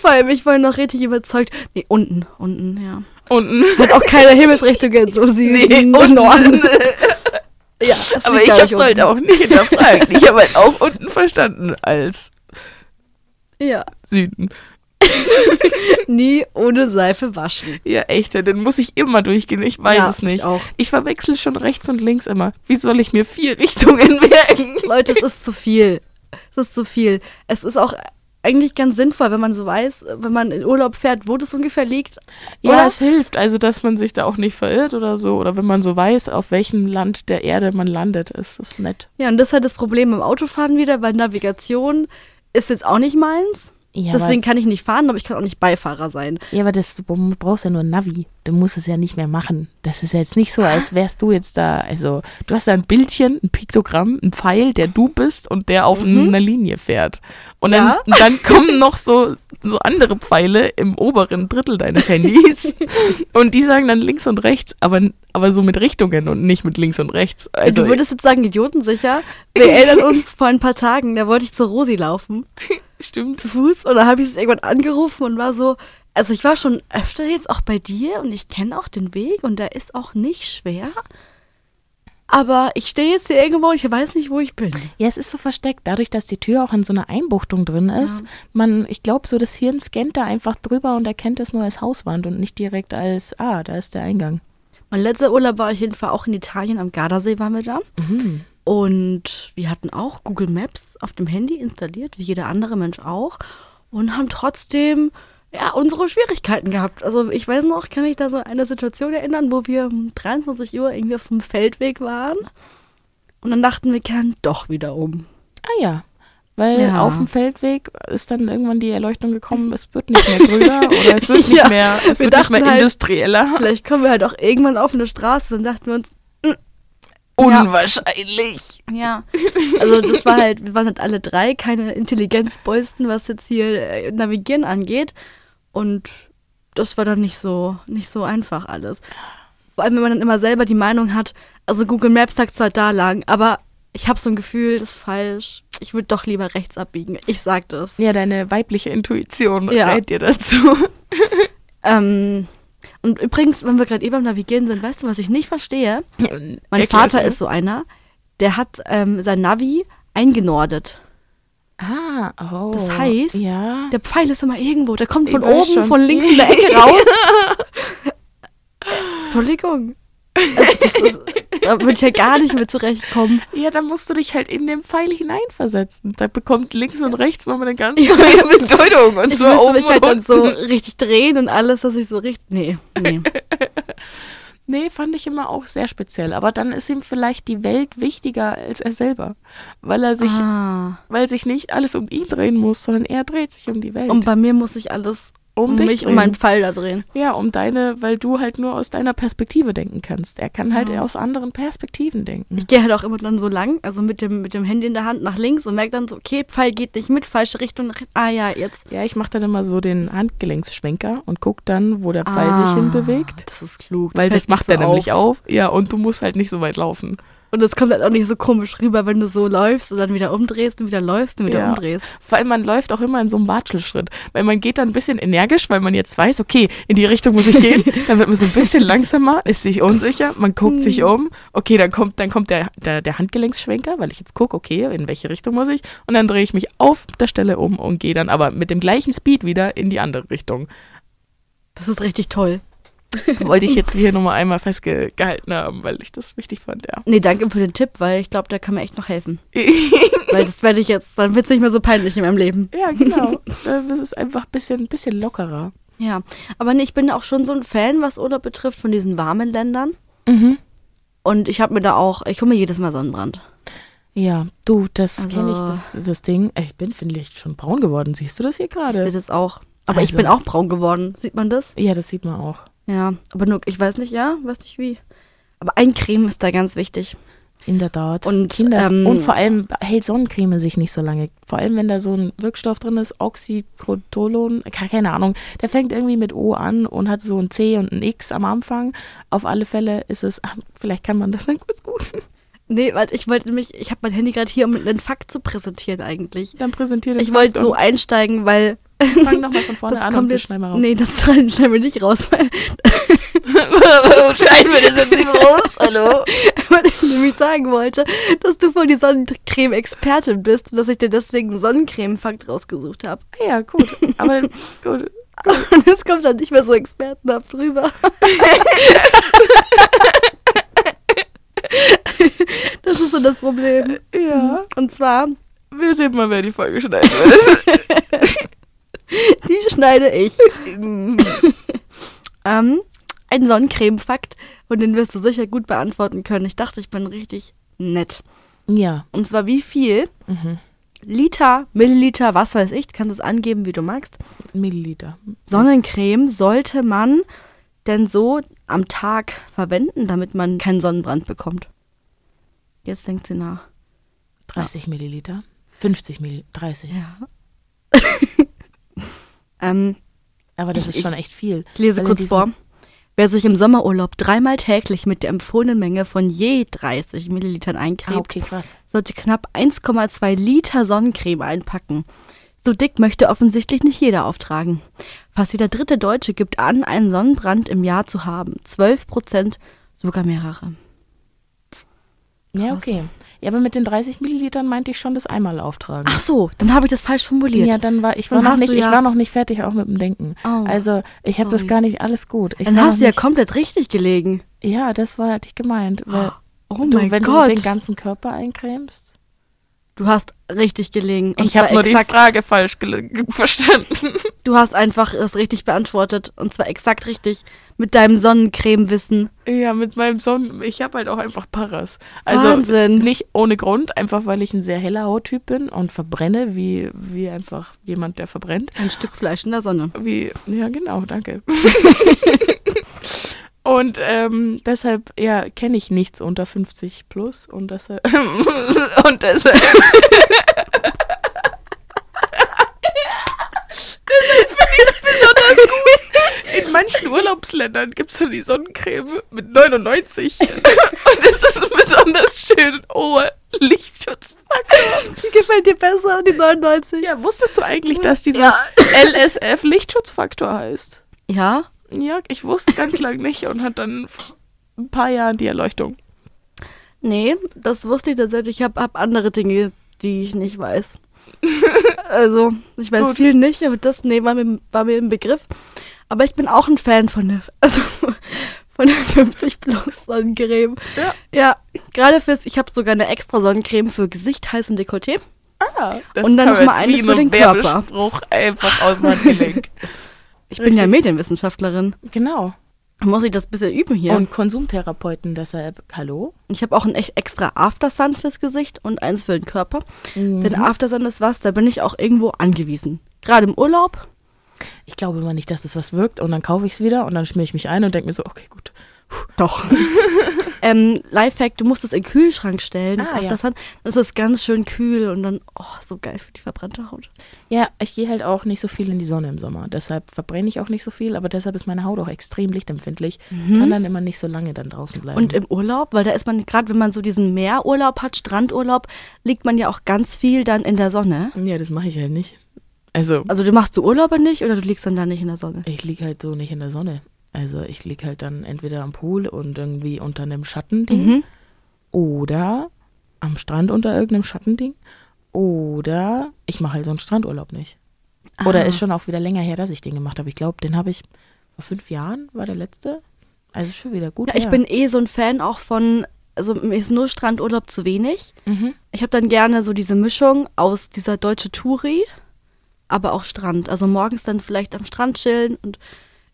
Speaker 2: Vor allem, ich war noch richtig überzeugt. Nee, unten, unten, ja.
Speaker 3: unten.
Speaker 2: Hat auch keine Himmelsrichtung jetzt so sie.
Speaker 3: unten.
Speaker 2: Ja, das
Speaker 3: Aber
Speaker 2: liegt,
Speaker 3: ich
Speaker 2: glaub
Speaker 3: hab's halt
Speaker 2: unten.
Speaker 3: auch nicht hinterfragt. Ich habe halt auch unten verstanden als
Speaker 2: Ja,
Speaker 3: Süden.
Speaker 2: nie ohne Seife waschen.
Speaker 3: Ja, echt, den muss ich immer durchgehen. Ich weiß
Speaker 2: Ja,
Speaker 3: es nicht.
Speaker 2: ich auch.
Speaker 3: ich verwechsel schon rechts und links immer. Wie soll ich mir vier Richtungen merken?
Speaker 2: Leute, es ist zu viel. Es ist zu viel. Es ist auch eigentlich ganz sinnvoll, wenn man so weiß, wenn man in Urlaub fährt, wo das ungefähr liegt.
Speaker 3: Ja,
Speaker 2: Oder?
Speaker 3: es hilft, also dass man sich da auch nicht verirrt oder so. Oder wenn man so weiß, auf welchem Land der Erde man landet, ist das nett.
Speaker 2: Ja, und das ist halt das Problem beim Autofahren wieder, weil Navigation ist jetzt auch nicht meins.
Speaker 3: Ja,
Speaker 2: Deswegen kann ich nicht fahren, aber ich kann auch nicht Beifahrer sein.
Speaker 3: aber, ja, aber das, du brauchst ja nur ein Navi. Du musst es ja nicht mehr machen. Das ist ja jetzt nicht so, als wärst du jetzt da. Also, du hast da ein Bildchen, ein Piktogramm, ein Pfeil, der du bist und der auf einer Linie fährt. Und dann,
Speaker 2: Mhm. Ja.
Speaker 3: und dann kommen noch so, so andere Pfeile im oberen Drittel deines Handys. und die sagen dann links und rechts, aber, aber so mit Richtungen und nicht mit links und rechts. Also,
Speaker 2: du würdest jetzt sagen, Idiotensicher. Wir erinnern uns vor ein paar Tagen, da wollte ich zur Rosi laufen,
Speaker 3: stimmt.
Speaker 2: zu Fuß, und da habe ich es irgendwann angerufen und war so, also ich war schon öfter jetzt auch bei dir und ich kenne auch den Weg und der ist auch nicht schwer. Aber ich stehe jetzt hier irgendwo und ich weiß nicht, wo ich bin.
Speaker 3: Ja, es ist so versteckt. Dadurch, dass die Tür auch in so einer Einbuchtung drin ist, man, ich glaube, so das Hirn scannt da einfach drüber und erkennt es nur als Hauswand und nicht direkt als, ah, da ist der Eingang.
Speaker 2: Mein letzter Urlaub war auf jeden Fall auch in Italien, am Gardasee waren wir da. Und wir hatten auch Google Maps auf dem Handy installiert, wie jeder andere Mensch auch. Und haben trotzdem ja, unsere Schwierigkeiten gehabt. Also ich weiß noch, ich kann mich da so an eine Situation erinnern, wo wir um 23 Uhr irgendwie auf so einem Feldweg waren. Und dann dachten wir, kehren doch wieder um.
Speaker 3: Ah ja. Weil
Speaker 2: Ja.
Speaker 3: auf dem Feldweg ist dann irgendwann die Erleuchtung gekommen, es wird nicht mehr grüner oder es wird
Speaker 2: Ja,
Speaker 3: nicht mehr, es
Speaker 2: wir
Speaker 3: wird nicht
Speaker 2: dachten
Speaker 3: mehr
Speaker 2: halt-
Speaker 3: industrieller.
Speaker 2: Vielleicht kommen wir halt auch irgendwann auf eine Straße und dachten wir uns, Ja.
Speaker 3: Unwahrscheinlich.
Speaker 2: Ja. Also das war halt, wir waren halt alle drei keine Intelligenzbesten, was jetzt hier äh, Navigieren angeht. Und das war dann nicht so, nicht so einfach alles. Vor allem, wenn man dann immer selber die Meinung hat, also Google Maps sagt zwar da lang, aber ich habe so ein Gefühl, das ist falsch. Ich würde doch lieber rechts abbiegen. Ich sag das.
Speaker 3: Ja, deine weibliche Intuition
Speaker 2: Ja.
Speaker 3: rät dir dazu.
Speaker 2: Ähm, und übrigens, wenn wir gerade eh beim Navigieren sind, weißt du, was ich nicht verstehe? Mein Vater ist so einer, der hat ähm, sein Navi eingenordet.
Speaker 3: Ah, oh.
Speaker 2: Das heißt,
Speaker 3: ja.
Speaker 2: der Pfeil ist immer irgendwo. Der kommt
Speaker 3: Ich
Speaker 2: von
Speaker 3: weiß
Speaker 2: oben,
Speaker 3: schon.
Speaker 2: von links in der Ecke raus. Entschuldigung. Also das ist, da würde ich ja gar nicht mehr zurechtkommen.
Speaker 3: Ja, dann musst du dich halt in den Pfeil hineinversetzen. Da bekommt links und rechts nochmal eine ganz
Speaker 2: Ja.
Speaker 3: neue Bedeutung. Und
Speaker 2: Ich
Speaker 3: so
Speaker 2: müsste
Speaker 3: oben
Speaker 2: mich halt
Speaker 3: und
Speaker 2: dann so
Speaker 3: unten.
Speaker 2: richtig drehen und alles, dass ich so richtig... Nee, nee.
Speaker 3: Nee, fand ich immer auch sehr speziell. Aber dann ist ihm vielleicht die Welt wichtiger als er selber. Weil er sich,
Speaker 2: Ah.
Speaker 3: weil sich nicht alles um ihn drehen muss, sondern er dreht sich um die Welt.
Speaker 2: Und bei mir muss ich alles
Speaker 3: Um
Speaker 2: um,
Speaker 3: dich
Speaker 2: mich
Speaker 3: drehen.
Speaker 2: und meinen Pfeil da drehen.
Speaker 3: ja, um deine, weil du halt nur aus deiner Perspektive denken kannst. Er kann halt
Speaker 2: Ah.
Speaker 3: aus anderen Perspektiven denken.
Speaker 2: Ich gehe halt auch immer dann so lang, also mit dem, mit dem Handy in der Hand nach links und merke dann so, okay, Pfeil geht nicht mit, falsche Richtung. nach rechts. Ah ja, jetzt.
Speaker 3: Ja, ich mache dann immer so den Handgelenksschwenker und guck dann, wo der Pfeil sich
Speaker 2: Ah,
Speaker 3: hinbewegt.
Speaker 2: Das ist klug.
Speaker 3: Weil das,
Speaker 2: fällt
Speaker 3: macht
Speaker 2: nicht
Speaker 3: er
Speaker 2: so
Speaker 3: nämlich auf. Ja, und du musst halt nicht so weit laufen.
Speaker 2: Und es kommt halt auch nicht so komisch rüber, wenn du so läufst und dann wieder umdrehst und wieder läufst und wieder
Speaker 3: Ja.
Speaker 2: umdrehst.
Speaker 3: Vor allem, man läuft auch immer in so einem Watschelschritt. Weil man geht dann ein bisschen energisch, weil man jetzt weiß, okay, in die Richtung muss ich gehen. Dann wird man so ein bisschen langsamer, ist sich unsicher, man guckt sich um. Okay, dann kommt, dann kommt der, der, der Handgelenksschwenker, weil ich jetzt gucke, okay, in welche Richtung muss ich. Und dann drehe ich mich auf der Stelle um und gehe dann aber mit dem gleichen Speed wieder in die andere Richtung.
Speaker 2: Das ist richtig toll.
Speaker 3: Wollte ich jetzt hier nochmal einmal festgehalten haben, weil ich das wichtig fand, ja.
Speaker 2: Nee, danke für den Tipp, weil ich glaube, da kann mir echt noch helfen. Weil das werde ich jetzt, dann wird es nicht mehr so peinlich in meinem Leben.
Speaker 3: Ja, genau. Das ist einfach ein bisschen, bisschen lockerer.
Speaker 2: Ja, aber nee, ich bin auch schon so ein Fan, was Urlaub betrifft, von diesen warmen Ländern.
Speaker 3: Mhm.
Speaker 2: Und ich habe mir da auch, ich hole mir jedes Mal Sonnenbrand.
Speaker 3: Ja, du, das
Speaker 2: Also-
Speaker 3: kenne ich, das, das Ding. Äh, Ich bin, finde ich, schon braun geworden. Siehst du das hier
Speaker 2: Ich sehe
Speaker 3: gerade?
Speaker 2: das auch. Aber ich
Speaker 3: Also.
Speaker 2: bin auch braun geworden. Sieht man das?
Speaker 3: Ja, das sieht man auch.
Speaker 2: Ja, aber nur, ich weiß nicht, ja, weiß nicht wie. Aber ein Creme ist da ganz wichtig.
Speaker 3: In der Tat.
Speaker 2: Und,
Speaker 3: Kinder,
Speaker 2: ähm,
Speaker 3: und vor allem hält Sonnencreme sich nicht so lange. Vor allem, wenn da so ein Wirkstoff drin ist, Oxycodolon, ke- keine Ahnung, der fängt irgendwie mit O an und hat so ein C und ein X am Anfang. Auf alle Fälle ist es, ah, vielleicht kann man das dann kurz googeln.
Speaker 2: Nee, warte, ich wollte mich, ich habe mein Handy gerade hier, um einen Fakt zu präsentieren eigentlich.
Speaker 3: Dann präsentiert
Speaker 2: Ich wollte so einsteigen, weil
Speaker 3: Fang nochmal von vorne
Speaker 2: Das
Speaker 3: an
Speaker 2: kommt
Speaker 3: und wir
Speaker 2: jetzt-
Speaker 3: schneiden mal raus.
Speaker 2: Nee, das schneiden schneiden wir nicht raus, weil
Speaker 1: Schneiden wir das jetzt nicht raus, hallo?
Speaker 2: weil ich nämlich sagen wollte, dass du voll die Sonnencreme-Expertin bist und dass ich dir deswegen einen Sonnencreme-Fakt rausgesucht habe.
Speaker 3: Ah ja, gut. Aber gut.
Speaker 2: Und jetzt kommt dann nicht mehr so expertenhaft rüber. Das ist so das Problem.
Speaker 3: Ja.
Speaker 2: Und zwar,
Speaker 3: Wir sehen mal, wer die Folge schneiden will.
Speaker 2: die schneide ich. ähm, ein Sonnencreme-Fakt und den wirst du sicher gut beantworten können. Ich dachte, ich bin richtig nett.
Speaker 3: Ja.
Speaker 2: Und zwar wie viel
Speaker 3: Mhm.
Speaker 2: Liter, Milliliter, was weiß ich, du kannst es angeben, wie du magst.
Speaker 3: Milliliter.
Speaker 2: Sonnencreme sollte man denn so am Tag verwenden, damit man keinen Sonnenbrand bekommt? Jetzt denkt sie nach. Ah.
Speaker 3: 30 Milliliter. 50 Milliliter. 30.
Speaker 2: Ja. ähm,
Speaker 3: Aber das
Speaker 2: Ich-
Speaker 3: ist schon echt viel.
Speaker 2: ich lese
Speaker 3: Weil in
Speaker 2: kurz
Speaker 3: diesen-
Speaker 2: vor. Wer sich im Sommerurlaub dreimal täglich mit der empfohlenen Menge von je 30 Millilitern eincremt,
Speaker 3: Ah, okay, krass.
Speaker 2: sollte knapp 1,2 Liter Sonnencreme einpacken. So dick möchte offensichtlich nicht jeder auftragen. Fast jeder dritte Deutsche gibt an, einen Sonnenbrand im Jahr zu haben. 12 Prozent, sogar mehrere.
Speaker 3: Ja,
Speaker 2: Krass.
Speaker 3: okay. Ja, aber mit den 30 Millilitern meinte ich schon das einmal auftragen.
Speaker 2: Ach so, dann habe ich das falsch formuliert.
Speaker 3: Ja, dann war ich war
Speaker 2: Dann
Speaker 3: noch
Speaker 2: hast
Speaker 3: nicht,
Speaker 2: du
Speaker 3: ich
Speaker 2: ja-
Speaker 3: war noch nicht fertig auch mit dem Denken.
Speaker 2: Oh,
Speaker 3: also ich habe das
Speaker 2: sorry.
Speaker 3: gar nicht alles gut. Ich
Speaker 2: dann
Speaker 3: war
Speaker 2: hast du
Speaker 3: noch
Speaker 2: ja komplett richtig gelegen.
Speaker 3: nicht, ja, das war hätte ich gemeint. Weil
Speaker 2: Oh
Speaker 3: du,
Speaker 2: mein
Speaker 3: wenn
Speaker 2: Gott.
Speaker 3: du den ganzen Körper eincremst.
Speaker 2: Du hast richtig gelegen. Und
Speaker 3: ich habe
Speaker 2: zwar
Speaker 3: nur die
Speaker 2: exakt-
Speaker 3: Frage falsch gel- verstanden.
Speaker 2: Du hast einfach es richtig beantwortet. Und zwar exakt richtig. Mit deinem Sonnencreme-Wissen.
Speaker 3: Ja, mit meinem Sonnen. Ich habe halt auch einfach Paras. Also
Speaker 2: Wahnsinn.
Speaker 3: nicht ohne Grund, einfach weil ich ein sehr heller Hauttyp bin und verbrenne, wie, wie einfach jemand, der verbrennt.
Speaker 2: Ein Stück Fleisch in der Sonne.
Speaker 3: Wie, ja, genau, danke. und ähm, deshalb, ja, kenne ich nichts unter 50 plus und deshalb. und deshalb. deshalb finde ich es besonders gut. In manchen Urlaubsländern gibt es dann die Sonnencreme mit 99. und es ist ein besonders schön hoher Lichtschutzfaktor.
Speaker 2: Die gefällt dir besser, die 99.
Speaker 3: Ja, wusstest du eigentlich, dass dieses
Speaker 2: Ja.
Speaker 3: LSF Lichtschutzfaktor heißt?
Speaker 2: Ja,
Speaker 3: Ja, ich wusste ganz lange nicht und hat dann vor ein paar Jahren die Erleuchtung.
Speaker 2: Nee, das wusste ich tatsächlich. Ich habe hab andere Dinge, die ich nicht weiß. also, ich weiß
Speaker 3: Gut.
Speaker 2: viel nicht, aber das nee, war, mir, war mir im Begriff. Aber ich bin auch ein Fan von der, also, von der 50 Plus Sonnencreme.
Speaker 3: Ja.
Speaker 2: Ja, gerade fürs, ich habe sogar eine extra Sonnencreme für Gesicht, Hals und Dekolleté.
Speaker 3: Ah, das
Speaker 2: Und dann
Speaker 3: kam
Speaker 2: noch mal
Speaker 3: jetzt
Speaker 2: eine
Speaker 3: wie
Speaker 2: für
Speaker 3: ein
Speaker 2: den Körper.
Speaker 3: Werbespruch einfach aus meinem Gelenk.
Speaker 2: Ich bin ja Medienwissenschaftlerin.
Speaker 3: Genau.
Speaker 2: Da Muss ich das ein bisschen üben hier?
Speaker 3: Und Konsumtherapeuten deshalb. Hallo?
Speaker 2: ich habe auch ein echt extra Aftersun fürs Gesicht und eins für den Körper.
Speaker 3: Mhm.
Speaker 2: Denn Aftersun ist was, da bin ich auch irgendwo angewiesen. Gerade im Urlaub.
Speaker 3: Ich glaube immer nicht, dass das was wirkt und dann kaufe ich es wieder und dann schmier ich mich ein und denke mir so, okay, gut.
Speaker 2: Doch. ähm, Lifehack, du musst es in den Kühlschrank stellen, das
Speaker 3: Ah, ja.
Speaker 2: Aftersun. Das ist ganz schön kühl und dann, oh, so geil für die verbrannte Haut.
Speaker 3: Ja, ich gehe halt auch nicht so viel in die Sonne im Sommer. Deshalb verbrenne ich auch nicht so viel, aber deshalb ist meine Haut auch extrem lichtempfindlich. Kann dann immer nicht so lange dann draußen bleiben.
Speaker 2: Mhm. Und im Urlaub, weil da ist man, gerade wenn man so diesen Meerurlaub hat, Strandurlaub, liegt man ja auch ganz viel dann in der Sonne.
Speaker 3: ja, das mache ich halt nicht. Also,
Speaker 2: Also du machst so Urlaube nicht oder du liegst dann da nicht in der Sonne?
Speaker 3: Ich lieg halt so nicht in der Sonne. Also ich lieg halt dann entweder am Pool und irgendwie unter einem Schattending
Speaker 2: Mhm.
Speaker 3: oder am Strand unter irgendeinem Schattending oder ich mache halt so einen Strandurlaub nicht. Oder
Speaker 2: Ah.
Speaker 3: ist schon auch wieder länger her, dass ich den gemacht habe. Ich glaube, den habe ich vor fünf Jahren, war der letzte. Also schon wieder gut.
Speaker 2: Ja, ich
Speaker 3: her.
Speaker 2: bin eh so ein Fan auch von, also mir ist nur Strandurlaub zu wenig.
Speaker 3: Mhm.
Speaker 2: Ich habe dann gerne so diese Mischung aus dieser deutsche Touri, aber auch Strand. Also morgens dann vielleicht am Strand chillen und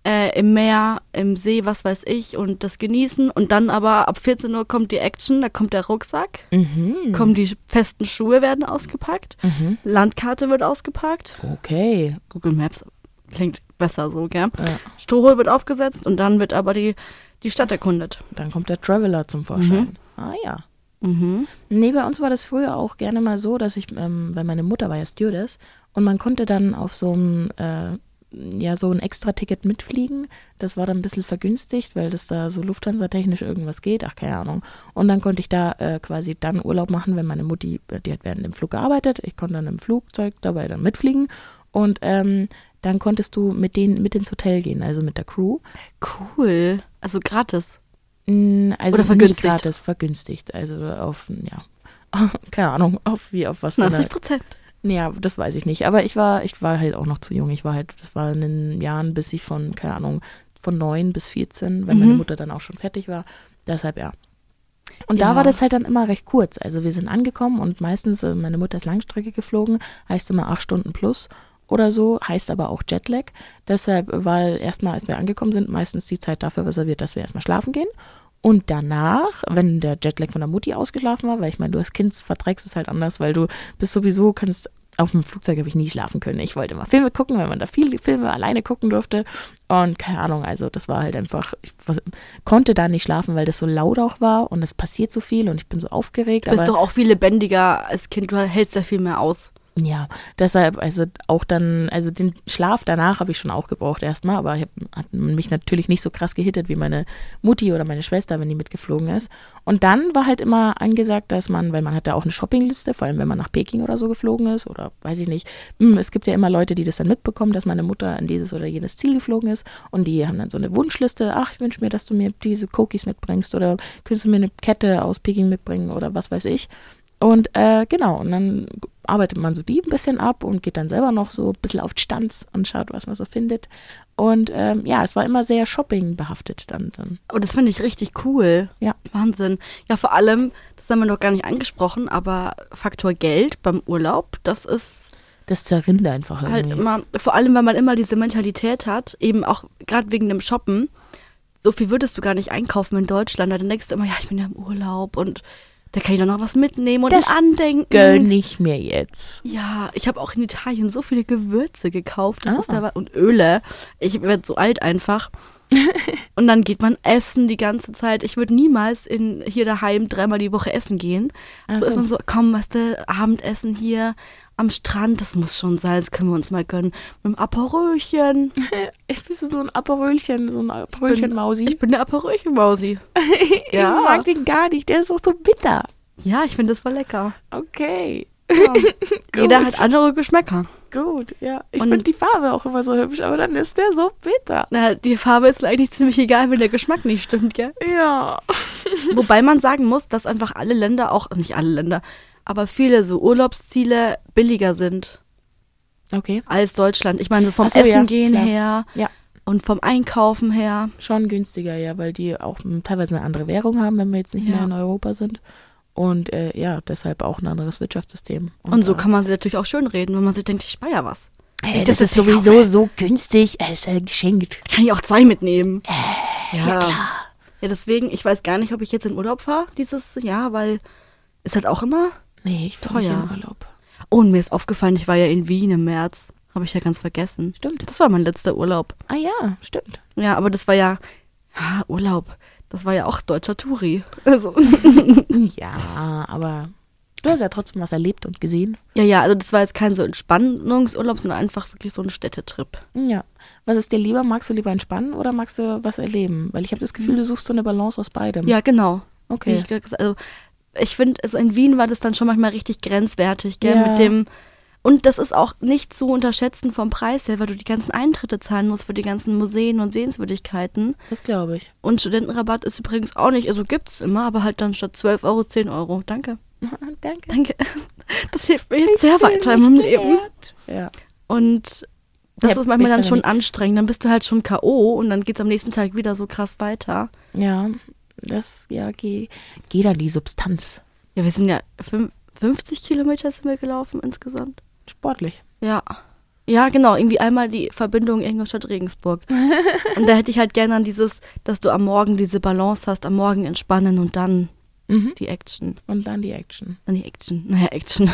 Speaker 2: äh, im Meer, im See, was weiß ich, und das genießen. Und dann aber ab 14 Uhr kommt die Action, da kommt der Rucksack,
Speaker 3: Mhm.
Speaker 2: kommen die festen Schuhe werden ausgepackt,
Speaker 3: Mhm.
Speaker 2: Landkarte wird ausgepackt.
Speaker 3: Okay.
Speaker 2: Google Maps klingt besser so, gell?
Speaker 3: Ja.
Speaker 2: Strohhol wird aufgesetzt und dann wird aber die, die Stadt erkundet.
Speaker 3: Dann kommt der Traveler zum Vorschein. Ah ja.
Speaker 2: Mhm.
Speaker 3: Nee, bei uns war das früher auch gerne mal so, dass ich, ähm, weil meine Mutter war ja Stewardess und man konnte dann auf so einem, äh, ja, so ein Extra-Ticket mitfliegen. Das war dann ein bisschen vergünstigt, weil das da so Lufthansa-technisch irgendwas geht, ach, keine Ahnung. Und dann konnte ich da äh, quasi dann Urlaub machen, wenn meine Mutti, äh, die hat während dem Flug gearbeitet, ich konnte dann im Flugzeug dabei dann mitfliegen Und ähm, dann konntest du mit denen mit ins Hotel gehen, also mit der Crew.
Speaker 2: Cool. Also gratis.
Speaker 3: Mm, Also
Speaker 2: Oder vergünstigt.
Speaker 3: Nicht gratis, vergünstigt. Also auf, ja, keine Ahnung, auf wie, auf was. für eine-
Speaker 2: 90 Prozent.
Speaker 3: Ja, das weiß ich nicht. Aber ich war, ich war halt auch noch zu jung. Ich war halt, das war in den Jahren, bis ich von, keine Ahnung, von neun bis 14, weil
Speaker 2: Mhm.
Speaker 3: meine Mutter dann auch schon fertig war. Deshalb ja. Und da
Speaker 2: Ja.
Speaker 3: war das halt dann immer recht kurz. Also wir sind angekommen und meistens, äh, meine Mutter ist Langstrecke geflogen, heißt immer acht Stunden plus oder so, heißt aber auch Jetlag. Deshalb äh, war erstmal, als wir angekommen sind, meistens die Zeit dafür reserviert, dass wir erstmal schlafen gehen. Und danach, wenn der Jetlag von der Mutti ausgeschlafen war, weil ich meine, du als Kind verträgst es halt anders, weil du bist sowieso, kannst, auf dem Flugzeug habe ich nie schlafen können. Ich wollte immer Filme gucken, weil man da viele Filme alleine gucken durfte. Und keine Ahnung, also das war halt einfach, ich was, konnte da nicht schlafen, weil das so laut auch war und es passiert so viel und ich bin so aufgeregt.
Speaker 2: Du bist
Speaker 3: aber,
Speaker 2: doch auch viel lebendiger als Kind. Du hältst ja viel mehr aus.
Speaker 3: ja, deshalb, also auch dann, also den Schlaf danach habe ich schon auch gebraucht erstmal, aber ich hab, hat mich natürlich nicht so krass gehittet wie meine Mutti oder meine Schwester, wenn die mitgeflogen ist. Und dann war halt immer angesagt, dass man, weil man hat ja auch eine Shoppingliste, vor allem wenn man nach Peking oder so geflogen ist oder weiß ich nicht, hm, es gibt ja immer Leute, die das dann mitbekommen, dass meine Mutter an dieses oder jenes Ziel geflogen ist und die haben dann so eine Wunschliste, ach, ich wünsche mir, dass du mir diese Cookies mitbringst oder könntest du mir eine Kette aus Peking mitbringen oder was weiß ich. Und äh, genau, und dann arbeitet man so die ein bisschen ab und geht dann selber noch so ein bisschen auf die Stanz und schaut, was man so findet. Und ähm, ja, es war immer sehr Shopping behaftet dann. dann.
Speaker 2: Und das finde ich richtig cool.
Speaker 3: Ja.
Speaker 2: Wahnsinn. Ja, vor allem, das haben wir noch gar nicht angesprochen, aber Faktor Geld beim Urlaub, das ist
Speaker 3: Das zerrinnt einfach
Speaker 2: halt
Speaker 3: irgendwie.
Speaker 2: immer, vor allem, weil man immer diese Mentalität hat, eben auch gerade wegen dem Shoppen, so viel würdest du gar nicht einkaufen in Deutschland. weil Dann denkst du immer, ja, ich bin ja im Urlaub und da kann ich doch noch was mitnehmen und
Speaker 3: Das
Speaker 2: das andenken.
Speaker 3: Gönn ich mir jetzt.
Speaker 2: Ja, ich habe auch in Italien so viele Gewürze gekauft. Das
Speaker 3: Ah.
Speaker 2: ist aber, und Öle. Ich werde so alt einfach. und dann geht man essen die ganze Zeit. Ich würde niemals in, hier daheim dreimal die Woche essen gehen.
Speaker 3: Ach
Speaker 2: So ist
Speaker 3: so.
Speaker 2: man so, komm, weißt du, Abendessen hier am Strand, das muss schon sein, das können wir uns mal gönnen. Mit dem Aperolchen.
Speaker 3: Ich bist so ein Aperölchen, so ein
Speaker 2: Ich bin der Aperolchen-Mausi.
Speaker 3: ja.
Speaker 2: Ja.
Speaker 3: Ich mag den gar nicht, der ist doch so bitter.
Speaker 2: Ja, ich finde das voll lecker.
Speaker 3: Okay.
Speaker 2: Ja. Jeder
Speaker 3: Gut.
Speaker 2: hat andere Geschmäcker.
Speaker 3: Gut, ja. Ich
Speaker 2: Und-
Speaker 3: finde die Farbe auch immer so hübsch, aber dann ist der so bitter.
Speaker 2: Na, die Farbe ist eigentlich ziemlich egal, wenn der Geschmack nicht stimmt, gell?
Speaker 3: Ja.
Speaker 2: Wobei man sagen muss, dass einfach alle Länder, auch nicht alle Länder, aber viele so Urlaubsziele billiger sind
Speaker 3: Okay.
Speaker 2: als Deutschland. Ich meine, so vom
Speaker 3: Ach so,
Speaker 2: Essen
Speaker 3: ja,
Speaker 2: gehen
Speaker 3: klar.
Speaker 2: her
Speaker 3: Ja.
Speaker 2: und vom Einkaufen her.
Speaker 3: schon günstiger, ja, weil die auch m, teilweise eine andere Währung haben, wenn wir jetzt nicht
Speaker 2: Ja.
Speaker 3: mehr in Europa sind. Und äh, ja, deshalb auch ein anderes Wirtschaftssystem.
Speaker 2: Und so
Speaker 3: äh,
Speaker 2: kann man sie natürlich auch schön reden, wenn man sich denkt, ich spare ja was.
Speaker 3: ey,
Speaker 2: das
Speaker 3: äh, das,
Speaker 2: ist
Speaker 3: ist sowieso so günstig, es ist äh, geschenkt.
Speaker 2: Kann ich auch zwei mitnehmen. ja.
Speaker 3: Äh, klar.
Speaker 2: Ja, deswegen, ich weiß gar nicht, ob ich jetzt in Urlaub fahre dieses Jahr, weil ist halt auch immer.
Speaker 3: Nee, ich fahr nicht
Speaker 2: Teuer.
Speaker 3: in Urlaub.
Speaker 2: Oh, und mir ist aufgefallen, ich war ja in Wien im März. Habe ich ja ganz vergessen.
Speaker 3: Stimmt.
Speaker 2: Das war mein letzter Urlaub.
Speaker 3: Ah ja, stimmt.
Speaker 2: Ja, aber das war ja ah, Urlaub. Das war ja auch deutscher Touri. Also.
Speaker 3: Ja, aber du hast ja trotzdem was erlebt und gesehen.
Speaker 2: Ja, ja, also das war jetzt kein so Entspannungsurlaub, sondern einfach wirklich so ein Städtetrip.
Speaker 3: Ja. Was ist dir lieber? Magst du lieber entspannen oder magst du was erleben? Weil ich habe das Gefühl, du suchst so eine Balance aus beidem.
Speaker 2: Ja, genau. Wie
Speaker 3: Mhm. Okay.
Speaker 2: Ich, gesagt- also, ich finde, also in Wien war das dann schon manchmal richtig grenzwertig, gell,
Speaker 3: Ja.
Speaker 2: mit dem und das ist auch nicht zu unterschätzen vom Preis her, weil du die ganzen Eintritte zahlen musst für die ganzen Museen und Sehenswürdigkeiten.
Speaker 3: Das glaube ich.
Speaker 2: Und Studentenrabatt ist übrigens auch nicht, also gibt's immer, aber halt dann statt 12 Euro 10 Euro. Danke.
Speaker 3: Danke.
Speaker 2: Danke. Das hilft mir jetzt sehr weiter in meinem Leben.
Speaker 3: Ja.
Speaker 2: Und das
Speaker 3: Ja,
Speaker 2: ist manchmal
Speaker 3: bist
Speaker 2: dann
Speaker 3: du
Speaker 2: schon
Speaker 3: nix.
Speaker 2: anstrengend. Dann bist du halt schon K.O. und dann geht's am nächsten Tag wieder so krass weiter.
Speaker 3: Ja, das, ja, geh, geh dann die Substanz.
Speaker 2: Ja, wir sind ja fün- 50 Kilometer sind wir gelaufen insgesamt.
Speaker 3: Sportlich.
Speaker 2: Ja. Ja, genau. Irgendwie einmal die Verbindung Ingolstadt-Regensburg. und da hätte ich halt gerne dann dieses, dass du am Morgen diese Balance hast, am Morgen entspannen und dann
Speaker 3: Mhm.
Speaker 2: die Action.
Speaker 3: Und dann die Action.
Speaker 2: Dann die Action. Naja, Action.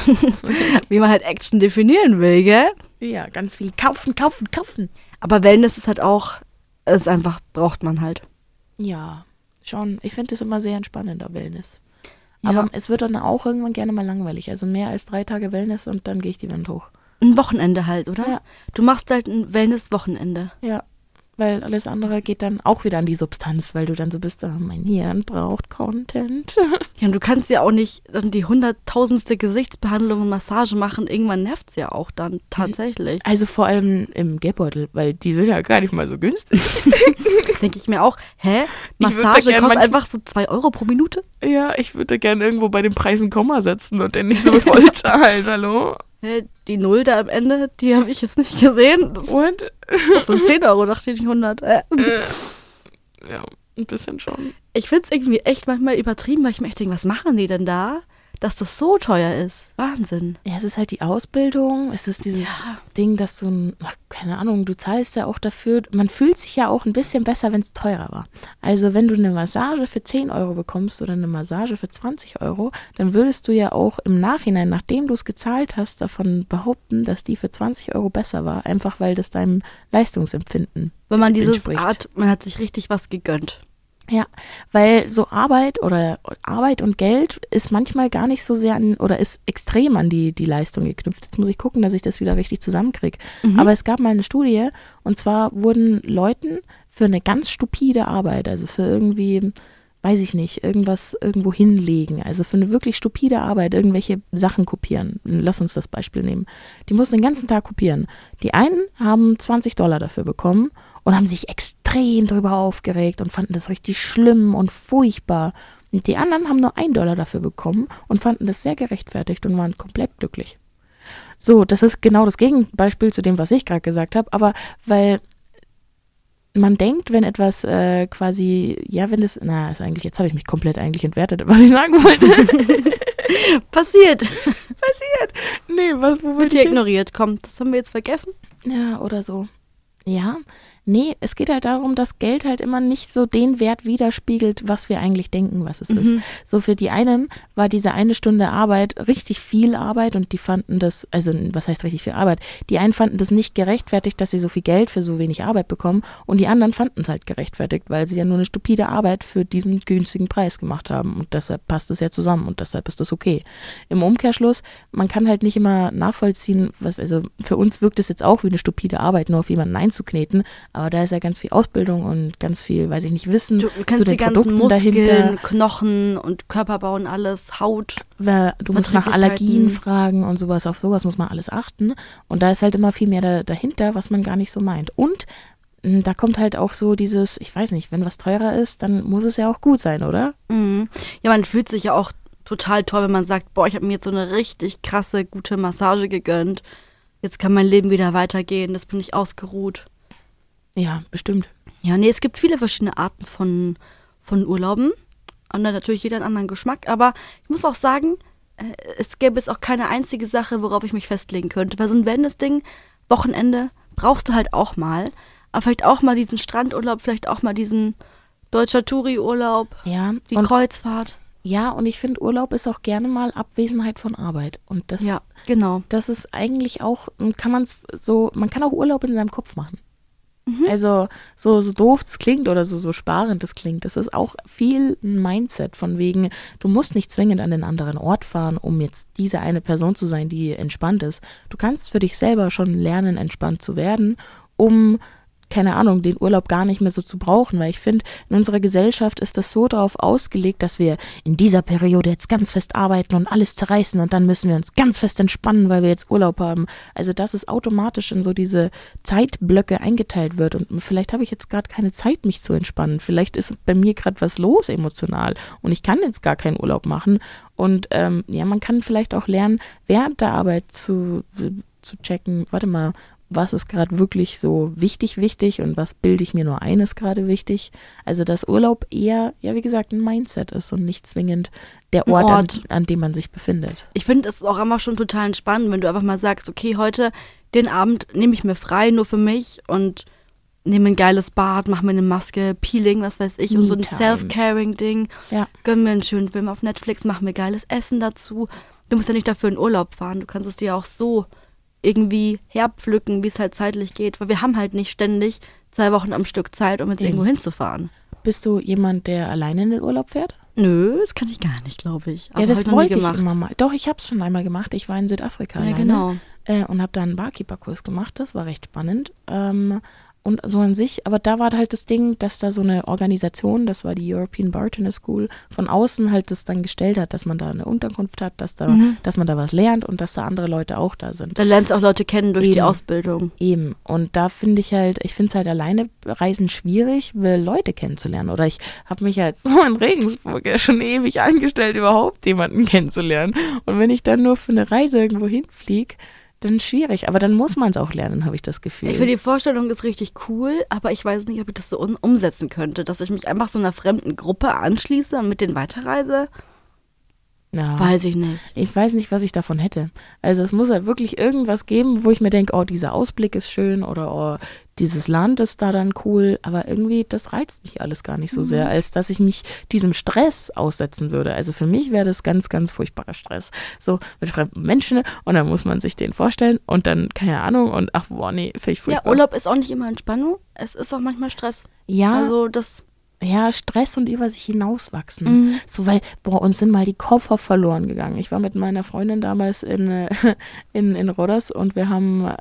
Speaker 2: Wie man halt Action definieren will, gell?
Speaker 3: Ja, ganz viel kaufen, kaufen, kaufen.
Speaker 2: Aber Wellness ist halt auch, ist einfach, braucht man halt.
Speaker 3: Ja, schon. Ich finde das immer sehr entspannender Wellness.
Speaker 2: Ja.
Speaker 3: Aber es wird dann auch irgendwann gerne mal langweilig. Also mehr als drei Tage Wellness und dann gehe ich die Wand hoch.
Speaker 2: Ein Wochenende halt, oder?
Speaker 3: Ja.
Speaker 2: Du machst halt ein Wellness-Wochenende.
Speaker 3: Ja. weil alles andere geht dann auch wieder an die Substanz, weil du dann so bist, oh, mein Hirn braucht Content.
Speaker 2: Ja, und du kannst ja auch nicht dann die hunderttausendste Gesichtsbehandlung und Massage machen. Irgendwann nervt es ja auch dann tatsächlich.
Speaker 3: Also vor allem im Geldbeutel, weil die sind ja gar nicht mal so günstig.
Speaker 2: Denke ich mir auch, hä?
Speaker 3: Ich würd da
Speaker 2: Massage kostet
Speaker 3: gern manchmal-
Speaker 2: einfach so zwei Euro pro Minute?
Speaker 3: ja, ich würde gerne irgendwo bei den Preisen Komma setzen und den nicht so voll zahlen, hallo?
Speaker 2: Hä, die Null da am Ende, die habe ich jetzt nicht gesehen.
Speaker 3: Und?
Speaker 2: Das sind 10 Euro, dachte ich, nicht 100. Äh.
Speaker 3: Ja, ein bisschen schon.
Speaker 2: Ich finde es irgendwie echt manchmal übertrieben, weil ich mir echt denke, was machen die denn da, dass das so teuer ist? Wahnsinn.
Speaker 3: Ja, es ist halt die Ausbildung, es ist dieses
Speaker 2: Ja.
Speaker 3: Ding, dass du, ein- ach, keine Ahnung, du zahlst ja auch dafür, man fühlt sich ja auch ein bisschen besser, wenn es teurer war. Also wenn du eine Massage für 10 Euro bekommst oder eine Massage für 20 Euro, dann würdest du ja auch im Nachhinein, nachdem du es gezahlt hast, davon behaupten, dass die für 20 Euro besser war, einfach weil das deinem Leistungsempfinden
Speaker 2: Wenn man dieses
Speaker 3: Entspricht.
Speaker 2: Art, man hat sich richtig was gegönnt.
Speaker 3: ja, weil so Arbeit oder Arbeit und Geld ist manchmal gar nicht so sehr an oder ist extrem an die, die Leistung geknüpft. Jetzt muss ich gucken, dass ich das wieder richtig zusammenkriege. Aber es gab mal eine Studie und zwar wurden Leuten für eine ganz stupide Arbeit, also für irgendwie, weiß ich nicht, irgendwas irgendwo hinlegen, also für eine wirklich stupide Arbeit, irgendwelche Sachen kopieren. Lass uns das Beispiel nehmen. Die mussten den ganzen Tag kopieren. Die einen haben 20 Dollar dafür bekommen und haben sich extrem darüber aufgeregt und fanden das richtig schlimm und furchtbar. Und die anderen haben nur einen Dollar dafür bekommen und fanden das sehr gerechtfertigt und waren komplett glücklich. So, das ist genau das Gegenbeispiel zu dem, was ich gerade gesagt habe, aber weil man denkt, wenn etwas äh, quasi, ja, wenn das, na, ist eigentlich, jetzt habe ich mich komplett eigentlich entwertet, was ich sagen wollte.
Speaker 2: Passiert.
Speaker 3: Passiert. Nee, was, wo
Speaker 2: Wird
Speaker 3: wollte
Speaker 2: hier
Speaker 3: ich hin?
Speaker 2: ignoriert. Komm, das haben wir jetzt vergessen.
Speaker 3: Ja, oder so. Ja, nee, es geht halt darum, dass Geld halt immer nicht so den Wert widerspiegelt, was wir eigentlich denken, was es ist. So für die einen war diese eine Stunde Arbeit richtig viel Arbeit und die fanden das, also was heißt richtig viel Arbeit? Die einen fanden das nicht gerechtfertigt, dass sie so viel Geld für so wenig Arbeit bekommen und die anderen fanden es halt gerechtfertigt, weil sie ja nur eine stupide Arbeit für diesen günstigen Preis gemacht haben und deshalb passt es ja zusammen und deshalb ist das okay. Im Umkehrschluss, man kann halt nicht immer nachvollziehen, was, also für uns wirkt es jetzt auch wie eine stupide Arbeit, nur auf jemanden einzukneten, aber da ist ja ganz viel Ausbildung und ganz viel, weiß ich nicht, Wissen
Speaker 2: Du
Speaker 3: zu
Speaker 2: kannst
Speaker 3: den
Speaker 2: die ganzen
Speaker 3: Produkten
Speaker 2: Muskeln,
Speaker 3: dahinter.
Speaker 2: Knochen und Körperbau und alles, Haut.
Speaker 3: Weil Du musst nach Allergien
Speaker 2: Verträglichkeiten.
Speaker 3: fragen und sowas, auf sowas muss man alles achten. Und da ist halt immer viel mehr da, dahinter, was man gar nicht so meint. Und m, da kommt halt auch so dieses, ich weiß nicht, wenn was teurer ist, dann muss es ja auch gut sein, oder?
Speaker 2: Mhm. Ja, man fühlt sich ja auch total toll, wenn man sagt, boah, ich habe mir jetzt so eine richtig krasse, gute Massage gegönnt. Jetzt kann mein Leben wieder weitergehen, das bin ich ausgeruht.
Speaker 3: Ja, bestimmt.
Speaker 2: Ja, nee, es gibt viele verschiedene Arten von, von Urlauben. Und dann natürlich jeder einen anderen Geschmack. Aber ich muss auch sagen, äh, es gäbe es auch keine einzige Sache, worauf ich mich festlegen könnte. Weil so ein Wellness-Ding, Wochenende, brauchst du halt auch mal. Aber vielleicht auch mal diesen Strandurlaub, vielleicht auch mal diesen deutscher Touri-Urlaub,
Speaker 3: Ja,
Speaker 2: die
Speaker 3: und
Speaker 2: Kreuzfahrt.
Speaker 3: Ja, und ich finde, Urlaub ist auch gerne mal Abwesenheit von Arbeit. Und das,
Speaker 2: Ja, genau.
Speaker 3: das ist eigentlich auch, m, kann man so, man kann auch Urlaub in seinem Kopf machen. Also so, so doof das klingt oder so, so sparend das klingt, das ist auch viel ein Mindset von wegen, du musst nicht zwingend an den anderen Ort fahren, um jetzt diese eine Person zu sein, die entspannt ist. Du kannst für dich selber schon lernen, entspannt zu werden, um keine Ahnung, den Urlaub gar nicht mehr so zu brauchen, weil ich finde, in unserer Gesellschaft ist das so darauf ausgelegt, dass wir in dieser Periode jetzt ganz fest arbeiten und alles zerreißen und dann müssen wir uns ganz fest entspannen, weil wir jetzt Urlaub haben. Also, dass es automatisch in so diese Zeitblöcke eingeteilt wird und vielleicht habe ich jetzt gerade keine Zeit, mich zu entspannen. Vielleicht ist bei mir gerade was los emotional und ich kann jetzt gar keinen Urlaub machen. Und ähm, ja, man kann vielleicht auch lernen, während der Arbeit zu, zu checken, warte mal, was ist gerade wirklich so wichtig, wichtig und was bilde ich mir nur ein, ist gerade wichtig. Also, dass Urlaub eher, ja, wie gesagt, ein Mindset ist und nicht zwingend der
Speaker 2: Ein
Speaker 3: Ort,
Speaker 2: Ort.
Speaker 3: An, an dem man sich befindet.
Speaker 2: Ich finde es ist auch immer schon total entspannend, wenn du einfach mal sagst, okay, heute den Abend nehme ich mir frei, nur für mich und nehme ein geiles Bad, mache mir eine Maske, Peeling, was weiß ich, und so ein
Speaker 3: Me-Time.
Speaker 2: Self-Caring-Ding.
Speaker 3: Ja.
Speaker 2: Gönn mir einen schönen Film auf Netflix, mach mir geiles Essen dazu. Du musst ja nicht dafür in Urlaub fahren, du kannst es dir auch so irgendwie herpflücken, wie es halt zeitlich geht, weil wir haben halt nicht ständig zwei Wochen am Stück Zeit, um jetzt
Speaker 3: Eben.
Speaker 2: irgendwo hinzufahren.
Speaker 3: Bist du jemand, der alleine in den Urlaub fährt?
Speaker 2: Nö, das kann ich gar nicht, glaube ich. Aber
Speaker 3: ja,
Speaker 2: hab
Speaker 3: das
Speaker 2: ich noch nie
Speaker 3: wollte ich
Speaker 2: gemacht.
Speaker 3: immer mal. Doch, ich habe es schon einmal gemacht. Ich war in Südafrika
Speaker 2: Ja,
Speaker 3: alleine
Speaker 2: genau.
Speaker 3: äh, und habe da einen Barkeeper-Kurs gemacht. Das war recht spannend. Ähm, und so an sich, aber da war halt das Ding, dass da so eine Organisation, das war die European Bartender School, von außen halt das dann gestellt hat, dass man da eine Unterkunft hat, dass, da,
Speaker 2: Mhm.
Speaker 3: dass man da was lernt und dass da andere Leute auch da sind.
Speaker 2: Da lernst du auch Leute kennen durch die
Speaker 3: Eben.
Speaker 2: Ausbildung.
Speaker 3: Eben. Und da finde ich halt, ich finde es halt alleine Reisen schwierig, weil Leute kennenzulernen. Oder ich habe mich ja jetzt so in Regensburg ja schon ewig angestellt, überhaupt jemanden kennenzulernen. Und wenn ich dann nur für eine Reise irgendwo hinfliege, dann schwierig. Aber dann muss man es auch lernen, habe ich das Gefühl.
Speaker 2: Ich finde die Vorstellung ist richtig cool, aber ich weiß nicht, ob ich das so un umsetzen könnte, dass ich mich einfach so einer fremden Gruppe anschließe und mit denen weiterreise.
Speaker 3: ja.
Speaker 2: Weiß ich nicht.
Speaker 3: Ich weiß nicht, was ich davon hätte. Also es muss ja wirklich irgendwas geben, wo ich mir denke, oh, dieser Ausblick ist schön oder oh, dieses Land ist da dann cool. Aber irgendwie, das reizt mich alles gar nicht so
Speaker 2: Mhm.
Speaker 3: sehr, als dass ich mich diesem Stress aussetzen würde. Also für mich wäre das ganz, ganz furchtbarer Stress. So mit fremden Menschen ne? und dann muss man sich den vorstellen und dann, keine Ahnung, und ach, boah, nee, finde ich
Speaker 2: Ja,
Speaker 3: furchtbar.
Speaker 2: Urlaub ist auch nicht immer Entspannung. Es ist auch manchmal Stress.
Speaker 3: ja,
Speaker 2: Also das mm,
Speaker 3: ja, Stress und über sich hinauswachsen. So, weil, boah, uns sind mal die Koffer verloren gegangen. Ich war mit meiner Freundin damals in, äh, in, in Rodders und wir haben, äh,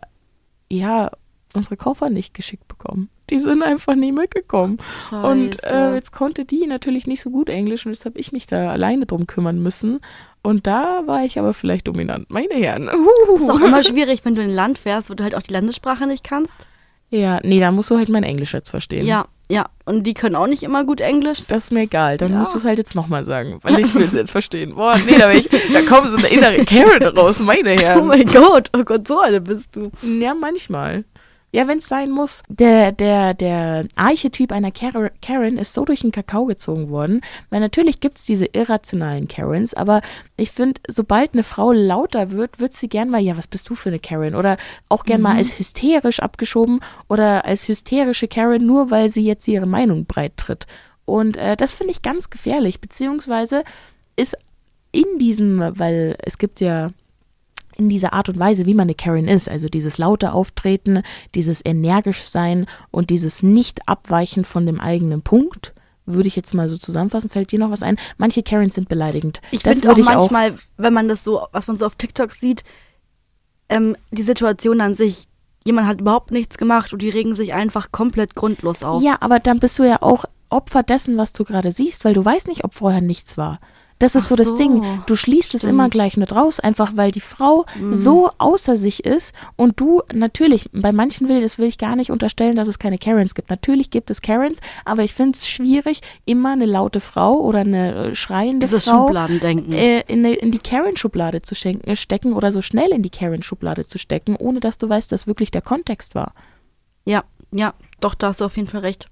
Speaker 3: ja, unsere Koffer nicht geschickt bekommen. Die sind einfach nie mitgekommen.
Speaker 2: Scheiße.
Speaker 3: Und äh, jetzt konnte die natürlich nicht so gut Englisch und jetzt habe ich mich da alleine drum kümmern müssen. Und da war ich aber vielleicht dominant. Meine Herren.
Speaker 2: ist auch immer schwierig, wenn du in ein Land fährst, wo du halt auch die Landessprache nicht kannst.
Speaker 3: Ja, nee, da musst du halt mein Englisch jetzt verstehen.
Speaker 2: Ja, ja. Und die können auch nicht immer gut Englisch.
Speaker 3: Das ist mir egal, dann
Speaker 2: Ja.
Speaker 3: musst du es halt jetzt nochmal sagen, weil ich will es jetzt verstehen. Boah, nee, da, bin ich, da kommt so eine innere Karen raus, meine
Speaker 2: oh
Speaker 3: Herren.
Speaker 2: mein Gott, oh Gott, so eine bist du.
Speaker 3: Ja, manchmal. Ja, wenn es sein muss. Der, der, der Archetyp einer Kar- Karen ist so durch den Kakao gezogen worden, weil natürlich gibt es diese irrationalen Karens, aber ich finde, sobald eine Frau lauter wird, wird sie gern mal, ja, was bist du für eine Karen? Oder auch gern mal als hysterisch abgeschoben oder als hysterische Karen, nur weil sie jetzt ihre Meinung breit tritt. Und äh, das finde ich ganz gefährlich, beziehungsweise ist in diesem, weil es gibt ja in dieser Art und Weise, wie man eine Karen ist, also dieses laute Auftreten, dieses energisch sein und dieses nicht abweichen von dem eigenen Punkt, würde ich jetzt mal so zusammenfassen. Fällt dir noch was ein? Manche Karens sind beleidigend.
Speaker 2: Ich
Speaker 3: Das
Speaker 2: finde auch
Speaker 3: würde
Speaker 2: manchmal, wenn man das so, was man so auf TikTok sieht, ähm, die Situation an sich. Jemand hat überhaupt nichts gemacht und die regen sich einfach komplett grundlos auf.
Speaker 3: Ja, aber dann bist du ja auch Opfer dessen, was du gerade siehst, weil du weißt nicht, ob vorher nichts war. Das ist
Speaker 2: Ach
Speaker 3: so das
Speaker 2: so,
Speaker 3: Ding. Du schließt es immer gleich mit raus, einfach weil die Frau
Speaker 2: Mhm.
Speaker 3: so außer sich ist und du natürlich, bei manchen will, das will ich gar nicht unterstellen, dass es keine Karens gibt. Natürlich gibt es Karens, aber ich finde es schwierig, immer eine laute Frau oder eine äh, schreiende
Speaker 2: Dieses
Speaker 3: Frau
Speaker 2: Schubladendenken.
Speaker 3: äh, in, eine- in die Karen-Schublade zu schenken, äh, stecken oder so schnell in die Karen-Schublade zu stecken, ohne dass du weißt, was wirklich der Kontext war.
Speaker 2: Ja, ja, doch, da hast du auf jeden Fall recht.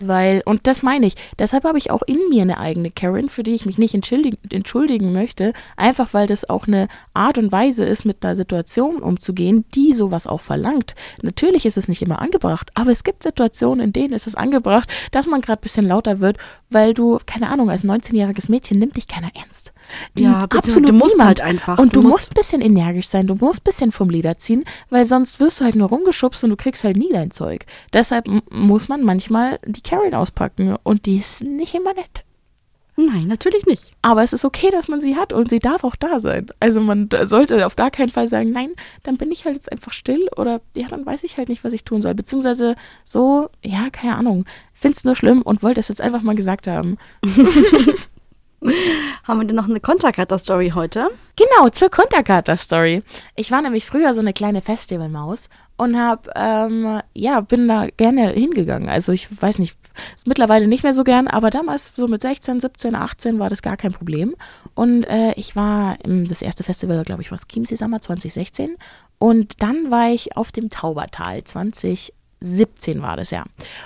Speaker 3: Weil, und das meine ich, deshalb habe ich auch in mir eine eigene Karen, für die ich mich nicht entschuldigen, entschuldigen möchte, einfach weil das auch eine Art und Weise ist, mit einer Situation umzugehen, die sowas auch verlangt. Natürlich ist es nicht immer angebracht, aber es gibt Situationen, in denen ist es angebracht, dass man gerade ein bisschen lauter wird, weil du, keine Ahnung, als 19-jähriges Mädchen nimmt dich keiner ernst.
Speaker 2: Ja,
Speaker 3: N-
Speaker 2: beziehungsweise du musst halt einfach,
Speaker 3: Und
Speaker 2: du
Speaker 3: du,
Speaker 2: musst-
Speaker 3: musst ein bisschen energisch sein, du musst ein bisschen vom Leder ziehen, weil sonst wirst du halt nur rumgeschubst und du kriegst halt nie dein Zeug. Deshalb m- muss man manchmal die Karen auspacken und die ist nicht immer nett.
Speaker 2: Nein, natürlich nicht.
Speaker 3: Aber es ist okay, dass man sie hat und sie darf auch da sein. Also man d- sollte auf gar keinen Fall sagen, nein, dann bin ich halt jetzt einfach still oder ja, dann weiß ich halt nicht, was ich tun soll. Beziehungsweise so, ja, keine Ahnung, find's nur schlimm und wollte es jetzt einfach mal gesagt haben.
Speaker 2: Haben wir denn noch eine Konterkater-Story heute?
Speaker 3: Genau, zur Konterkater-Story. Ich war nämlich früher so eine kleine Festivalmaus und hab, ähm, ja, bin da gerne hingegangen. Also ich weiß nicht, ist mittlerweile nicht mehr so gern, aber damals so mit 16, 17, 18 war das gar kein Problem. Und äh, ich war, im, das erste Festival, glaube ich, war das Chiemsee Summer 2016 und dann war ich auf dem Taubertal 2017 war das ja.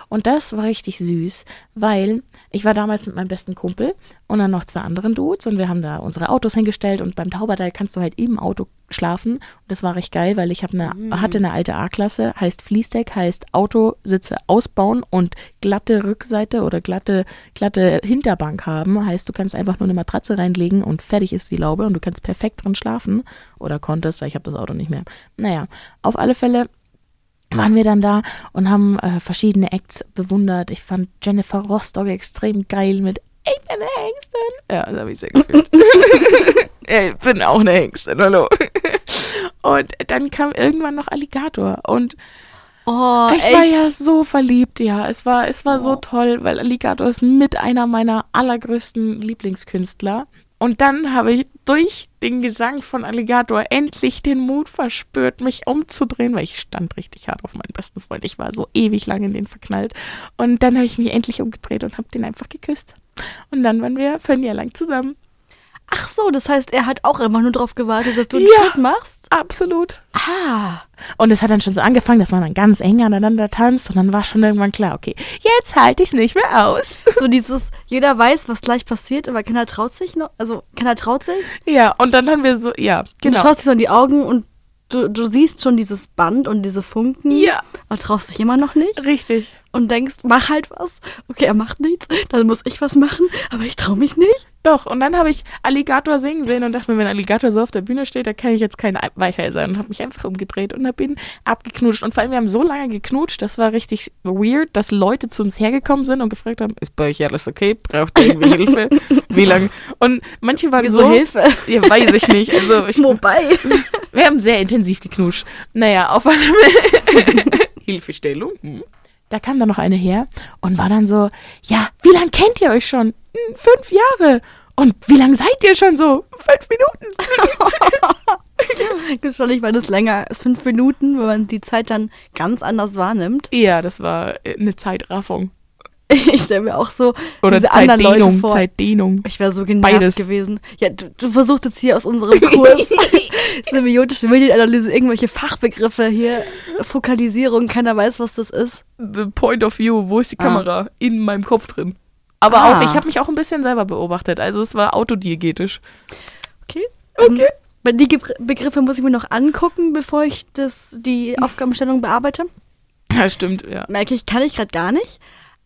Speaker 3: Und das war richtig süß, weil ich war damals mit meinem besten Kumpel und dann noch zwei anderen Dudes und wir haben da unsere Autos hingestellt und beim Taubertal kannst du halt im Auto schlafen. Und das war recht geil, weil ich hab eine, hatte eine alte A-Klasse, heißt Fließdeck, heißt Autositze ausbauen und glatte Rückseite oder glatte, glatte Hinterbank haben. Heißt, du kannst einfach nur eine Matratze reinlegen und fertig ist die Laube und du kannst perfekt drin schlafen oder konntest, weil ich habe das Auto nicht mehr. Naja, auf alle Fälle waren wir dann da und haben äh, verschiedene Acts bewundert. Ich fand Jennifer Rostock extrem geil mit Ich bin eine Hengstin. Ja, das habe ich sehr gefühlt. ich bin auch eine Hengstin, hallo. Und dann kam irgendwann noch Alligator und
Speaker 2: Oh,
Speaker 3: Ich
Speaker 2: echt? Oh.
Speaker 3: war ja so verliebt, ja. Es war, es war so toll, weil Alligator ist mit einer meiner allergrößten Lieblingskünstler. Und dann habe ich durch den Gesang von Alligator endlich den Mut verspürt, mich umzudrehen, weil ich stand richtig hart auf meinen besten Freund. Ich war so ewig lang in den verknallt. Und dann habe ich mich endlich umgedreht und habe den einfach geküsst. Und dann waren wir für ein Jahr lang zusammen.
Speaker 2: Ach so, das heißt, er hat auch immer nur darauf gewartet, dass du einen
Speaker 3: Ja.
Speaker 2: Schritt machst?
Speaker 3: Absolut.
Speaker 2: Ah.
Speaker 3: Und es hat dann schon so angefangen, dass man dann ganz eng aneinander tanzt und dann war schon irgendwann klar, okay, jetzt halte ich es nicht mehr aus.
Speaker 2: So dieses, jeder weiß, was gleich passiert, aber keiner traut sich noch. Also, keiner traut sich.
Speaker 3: Ja, und dann haben wir so, ja,
Speaker 2: Du
Speaker 3: genau.
Speaker 2: schaust dir so in die Augen und du, du siehst schon dieses Band und diese Funken.
Speaker 3: Ja.
Speaker 2: Aber traust dich immer noch nicht
Speaker 3: Richtig.
Speaker 2: und denkst, mach halt was. Okay, er macht nichts, dann muss ich was machen, aber ich trau mich nicht.
Speaker 3: Doch, und dann habe ich Alligator singen sehen und dachte mir, wenn Alligator so auf der Bühne steht, da kann ich jetzt kein Weichei sein. Und habe mich einfach umgedreht und habe ihn abgeknutscht. Und vor allem, wir haben so lange geknutscht, das war richtig weird, dass Leute zu uns hergekommen sind und gefragt haben, ist bei euch alles okay? Braucht ihr irgendwie Hilfe? Wie lange? Und manche waren
Speaker 2: Wieso
Speaker 3: so...
Speaker 2: Hilfe?
Speaker 3: Ja, weiß ich nicht. Also ich,
Speaker 2: Wobei.
Speaker 3: Wir haben sehr intensiv geknuscht. Naja, auf alle Fälle. Hilfestellung. Hm. Da kam dann noch eine her und war dann so, ja, wie lange kennt ihr euch schon? Hm, Fünf Jahre. Und wie lange seid ihr schon so? Fünf Minuten.
Speaker 2: Wahrscheinlich war das länger als fünf Minuten, wenn man die Zeit dann ganz anders wahrnimmt.
Speaker 3: ja, das war äh, eine Zeitraffung.
Speaker 2: Ich stelle mir auch so
Speaker 3: Oder
Speaker 2: diese anderen Leute
Speaker 3: Zeitdehnung.
Speaker 2: vor.
Speaker 3: Zeitdehnung.
Speaker 2: Ich wäre so genervt
Speaker 3: Beides.
Speaker 2: gewesen. Ja, du, du versuchst jetzt hier aus unserem Kurs symbiotische Medienanalyse irgendwelche Fachbegriffe hier, Fokalisierung, keiner weiß, was das ist.
Speaker 3: The point of view, wo ist die
Speaker 2: Ah.
Speaker 3: Kamera? In meinem Kopf drin. Aber
Speaker 2: Ah.
Speaker 3: auch, ich habe mich auch ein bisschen selber beobachtet. Also es war autodiegetisch.
Speaker 2: Okay. Okay. Mhm. Weil die Gebr- Begriffe muss ich mir noch angucken, bevor ich das, die Aufgabenstellung bearbeite.
Speaker 3: Ja, stimmt, ja.
Speaker 2: Merke ich, kann ich gerade gar nicht.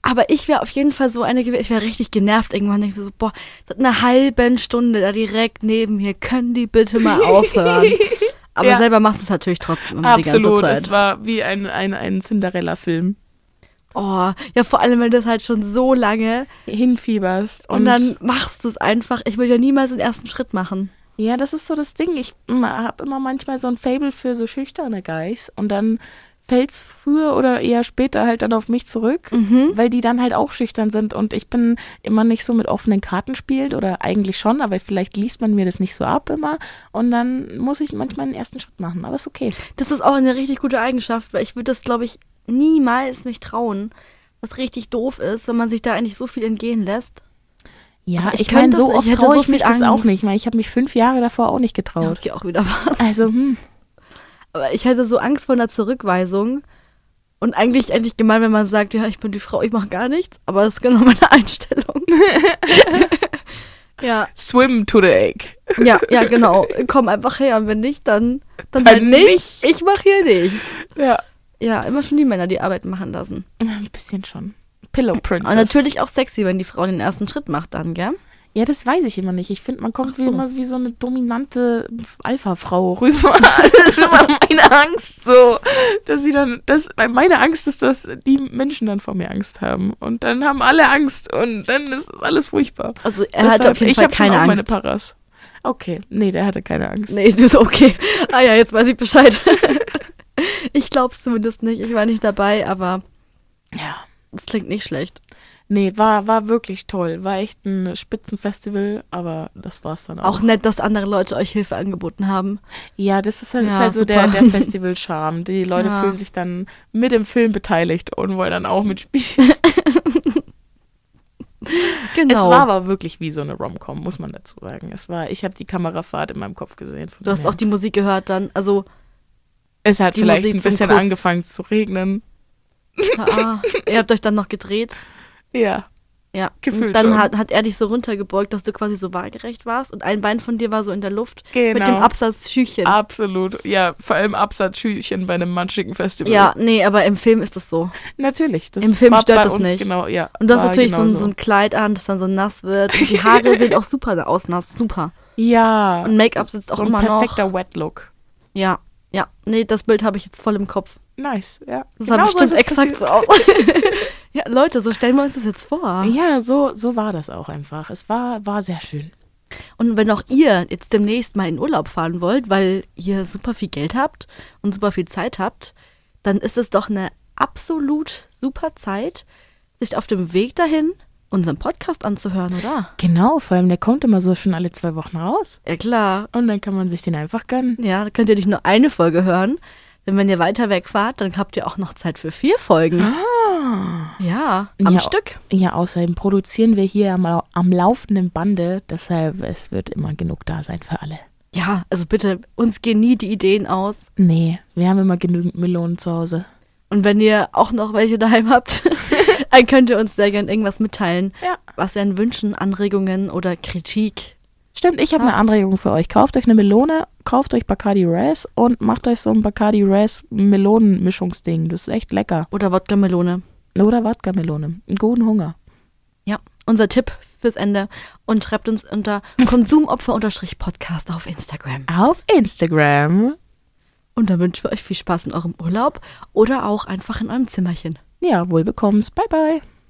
Speaker 2: Aber ich wäre auf jeden Fall so eine, gew- ich wäre richtig genervt irgendwann. Ich wäre so, boah, seit einer halben Stunde da direkt neben mir, können die bitte mal aufhören. Aber
Speaker 3: Ja.
Speaker 2: selber machst du es natürlich trotzdem immer
Speaker 3: Absolut,
Speaker 2: die ganze
Speaker 3: es
Speaker 2: Zeit.
Speaker 3: war wie ein, ein, ein Cinderella-Film.
Speaker 2: Oh, ja, vor allem, wenn das halt schon so lange
Speaker 3: Hinfieberst.
Speaker 2: und, dann machst du es einfach. Ich würde ja niemals den ersten Schritt machen.
Speaker 3: ja, das ist so das Ding. Ich habe immer manchmal so ein Fable für so schüchterne Guys und dann fällt es früher oder eher später halt dann auf mich zurück,
Speaker 2: Mhm.
Speaker 3: weil die dann halt auch schüchtern sind und ich bin immer nicht so mit offenen Karten spielt oder eigentlich schon, aber vielleicht liest man mir das nicht so ab immer und dann muss ich manchmal den ersten Schritt machen, aber ist okay.
Speaker 2: Das ist auch eine richtig gute Eigenschaft, weil ich würde das, glaube ich, niemals mich trauen. Was richtig doof ist, wenn man sich da eigentlich so viel entgehen lässt.
Speaker 3: Ja,
Speaker 2: Aber ich
Speaker 3: ich, meine,
Speaker 2: könnte
Speaker 3: so
Speaker 2: das-
Speaker 3: oft
Speaker 2: ich hätte
Speaker 3: traue
Speaker 2: so
Speaker 3: ich mich
Speaker 2: viel
Speaker 3: das auch
Speaker 2: Angst.
Speaker 3: nicht, weil ich habe mich fünf Jahre davor auch nicht
Speaker 2: Ja,
Speaker 3: getraut.
Speaker 2: okay, auch wieder wahr.
Speaker 3: Also, hm.
Speaker 2: Aber ich hatte so Angst vor einer Zurückweisung. Und eigentlich endlich gemein, wenn man sagt, ja, ich bin die Frau, ich mache gar nichts. Aber das ist genau meine Einstellung. ja,
Speaker 3: Swim to the egg.
Speaker 2: ja, ja, genau. Komm einfach her. Und wenn nicht, dann, dann,
Speaker 3: Dann
Speaker 2: halt nicht. Ich mache hier nichts.
Speaker 3: Ja.
Speaker 2: Ja, immer schon die Männer die Arbeit machen lassen.
Speaker 3: Ein bisschen schon. Pillow Princess.
Speaker 2: Und natürlich auch sexy, wenn die Frau den ersten Schritt macht dann, gell?
Speaker 3: Ja, das weiß ich immer nicht. Ich finde, man kommt
Speaker 2: Ach so.
Speaker 3: wie immer wie so eine dominante Alpha-Frau rüber. Das ist immer meine Angst so. Dass sie dann, das, meine Angst ist, dass die Menschen dann vor mir Angst haben. Und dann haben alle Angst und dann ist alles furchtbar.
Speaker 2: Also er hat auf jeden
Speaker 3: ich
Speaker 2: Fall
Speaker 3: hab schon
Speaker 2: keine
Speaker 3: auch meine
Speaker 2: Angst.
Speaker 3: Paras. Okay, nee, der hatte keine Angst.
Speaker 2: Nee, du so, okay. Ah ja, jetzt weiß ich Bescheid. ich glaub's zumindest nicht. Ich war nicht dabei, aber
Speaker 3: Ja.
Speaker 2: es klingt nicht schlecht.
Speaker 3: Nee, war, war wirklich toll. War echt ein Spitzenfestival, aber das war's dann
Speaker 2: Auch
Speaker 3: auch.
Speaker 2: nett, dass andere Leute euch Hilfe angeboten haben.
Speaker 3: Ja, das ist halt, ist
Speaker 2: Ja,
Speaker 3: halt so der,
Speaker 2: super.
Speaker 3: der Festival-Charme. Die Leute
Speaker 2: Ja.
Speaker 3: fühlen sich dann mit dem Film beteiligt und wollen dann auch mitspielen.
Speaker 2: Genau.
Speaker 3: Es war aber wirklich wie so eine Rom-Com, muss man dazu sagen. Es war, ich habe die Kamerafahrt in meinem Kopf gesehen. von
Speaker 2: du hast
Speaker 3: dem
Speaker 2: auch die Musik gehört dann. Also,
Speaker 3: her. es hat
Speaker 2: die
Speaker 3: vielleicht
Speaker 2: Musik
Speaker 3: ein
Speaker 2: zum
Speaker 3: bisschen
Speaker 2: Kuss.
Speaker 3: angefangen zu regnen.
Speaker 2: ah, ihr habt euch dann noch gedreht.
Speaker 3: Ja.
Speaker 2: Ja.
Speaker 3: Gefühlt
Speaker 2: und dann
Speaker 3: schon.
Speaker 2: hat, hat er dich so runtergebeugt, dass du quasi so waagerecht warst und ein Bein von dir war so in der Luft mit dem
Speaker 3: Genau.
Speaker 2: Absatzschüchchen.
Speaker 3: Absolut. Ja, vor allem Absatzschüchen bei einem manschigen Festival.
Speaker 2: ja, nee, aber im Film ist das so.
Speaker 3: Natürlich. Das
Speaker 2: Im Film
Speaker 3: war
Speaker 2: stört
Speaker 3: bei
Speaker 2: das
Speaker 3: uns
Speaker 2: nicht.
Speaker 3: Genau, ja.
Speaker 2: Und du hast
Speaker 3: war
Speaker 2: natürlich so, ein, so
Speaker 3: genauso.
Speaker 2: ein Kleid an, das dann so nass wird. Und die Haare sehen auch super aus nass. Super.
Speaker 3: Ja.
Speaker 2: Und Make-up sitzt auch
Speaker 3: so ein
Speaker 2: immer noch.
Speaker 3: perfekter Wet-Look.
Speaker 2: Ja, ja. Nee, das Bild habe ich jetzt voll im Kopf.
Speaker 3: Nice, ja.
Speaker 2: Das
Speaker 3: Genau
Speaker 2: sah
Speaker 3: so
Speaker 2: bestimmt
Speaker 3: ist es
Speaker 2: exakt
Speaker 3: passiert.
Speaker 2: so aus. ja, Leute, so stellen wir uns das jetzt vor.
Speaker 3: Ja, so, so war das auch einfach. Es war, war sehr schön.
Speaker 2: Und wenn auch ihr jetzt demnächst mal in Urlaub fahren wollt, weil ihr super viel Geld habt und super viel Zeit habt, dann ist es doch eine absolut super Zeit, sich auf dem Weg dahin unseren Podcast anzuhören, oder?
Speaker 3: Genau, vor allem der kommt immer so schon alle zwei Wochen raus.
Speaker 2: Ja, klar.
Speaker 3: Und dann kann man sich den einfach gönnen.
Speaker 2: Ja, da könnt ihr nicht nur eine Folge hören. Denn wenn ihr weiter wegfahrt, dann habt ihr auch noch Zeit für vier Folgen. Ja, am
Speaker 3: Ah. Ja.
Speaker 2: Stück.
Speaker 3: Ja, außerdem produzieren wir hier am, lau- am laufenden Bande, deshalb es wird immer genug da sein für alle.
Speaker 2: Ja, also bitte, uns gehen nie die Ideen aus.
Speaker 3: Nee, wir haben immer genügend Melonen zu Hause.
Speaker 2: Und wenn ihr auch noch welche daheim habt, dann könnt ihr uns sehr gern irgendwas mitteilen,
Speaker 3: Ja.
Speaker 2: was ihr an Wünschen, Anregungen oder Kritik.
Speaker 3: Stimmt, ich habe eine Anregung für euch. Kauft euch eine Melone, kauft euch Bacardi Res und macht euch so ein Bacardi Res Melonenmischungsding. Das ist echt lecker.
Speaker 2: Oder Wodka-Melone.
Speaker 3: Oder Wodka-Melone. Guten Hunger.
Speaker 2: Ja, unser Tipp fürs Ende. Und schreibt uns unter Konsumopfer-Podcast auf Instagram.
Speaker 3: Auf Instagram.
Speaker 2: Und dann wünschen wir euch viel Spaß in eurem Urlaub oder auch einfach in eurem Zimmerchen.
Speaker 3: Ja, wohlbekommens. Bye, bye.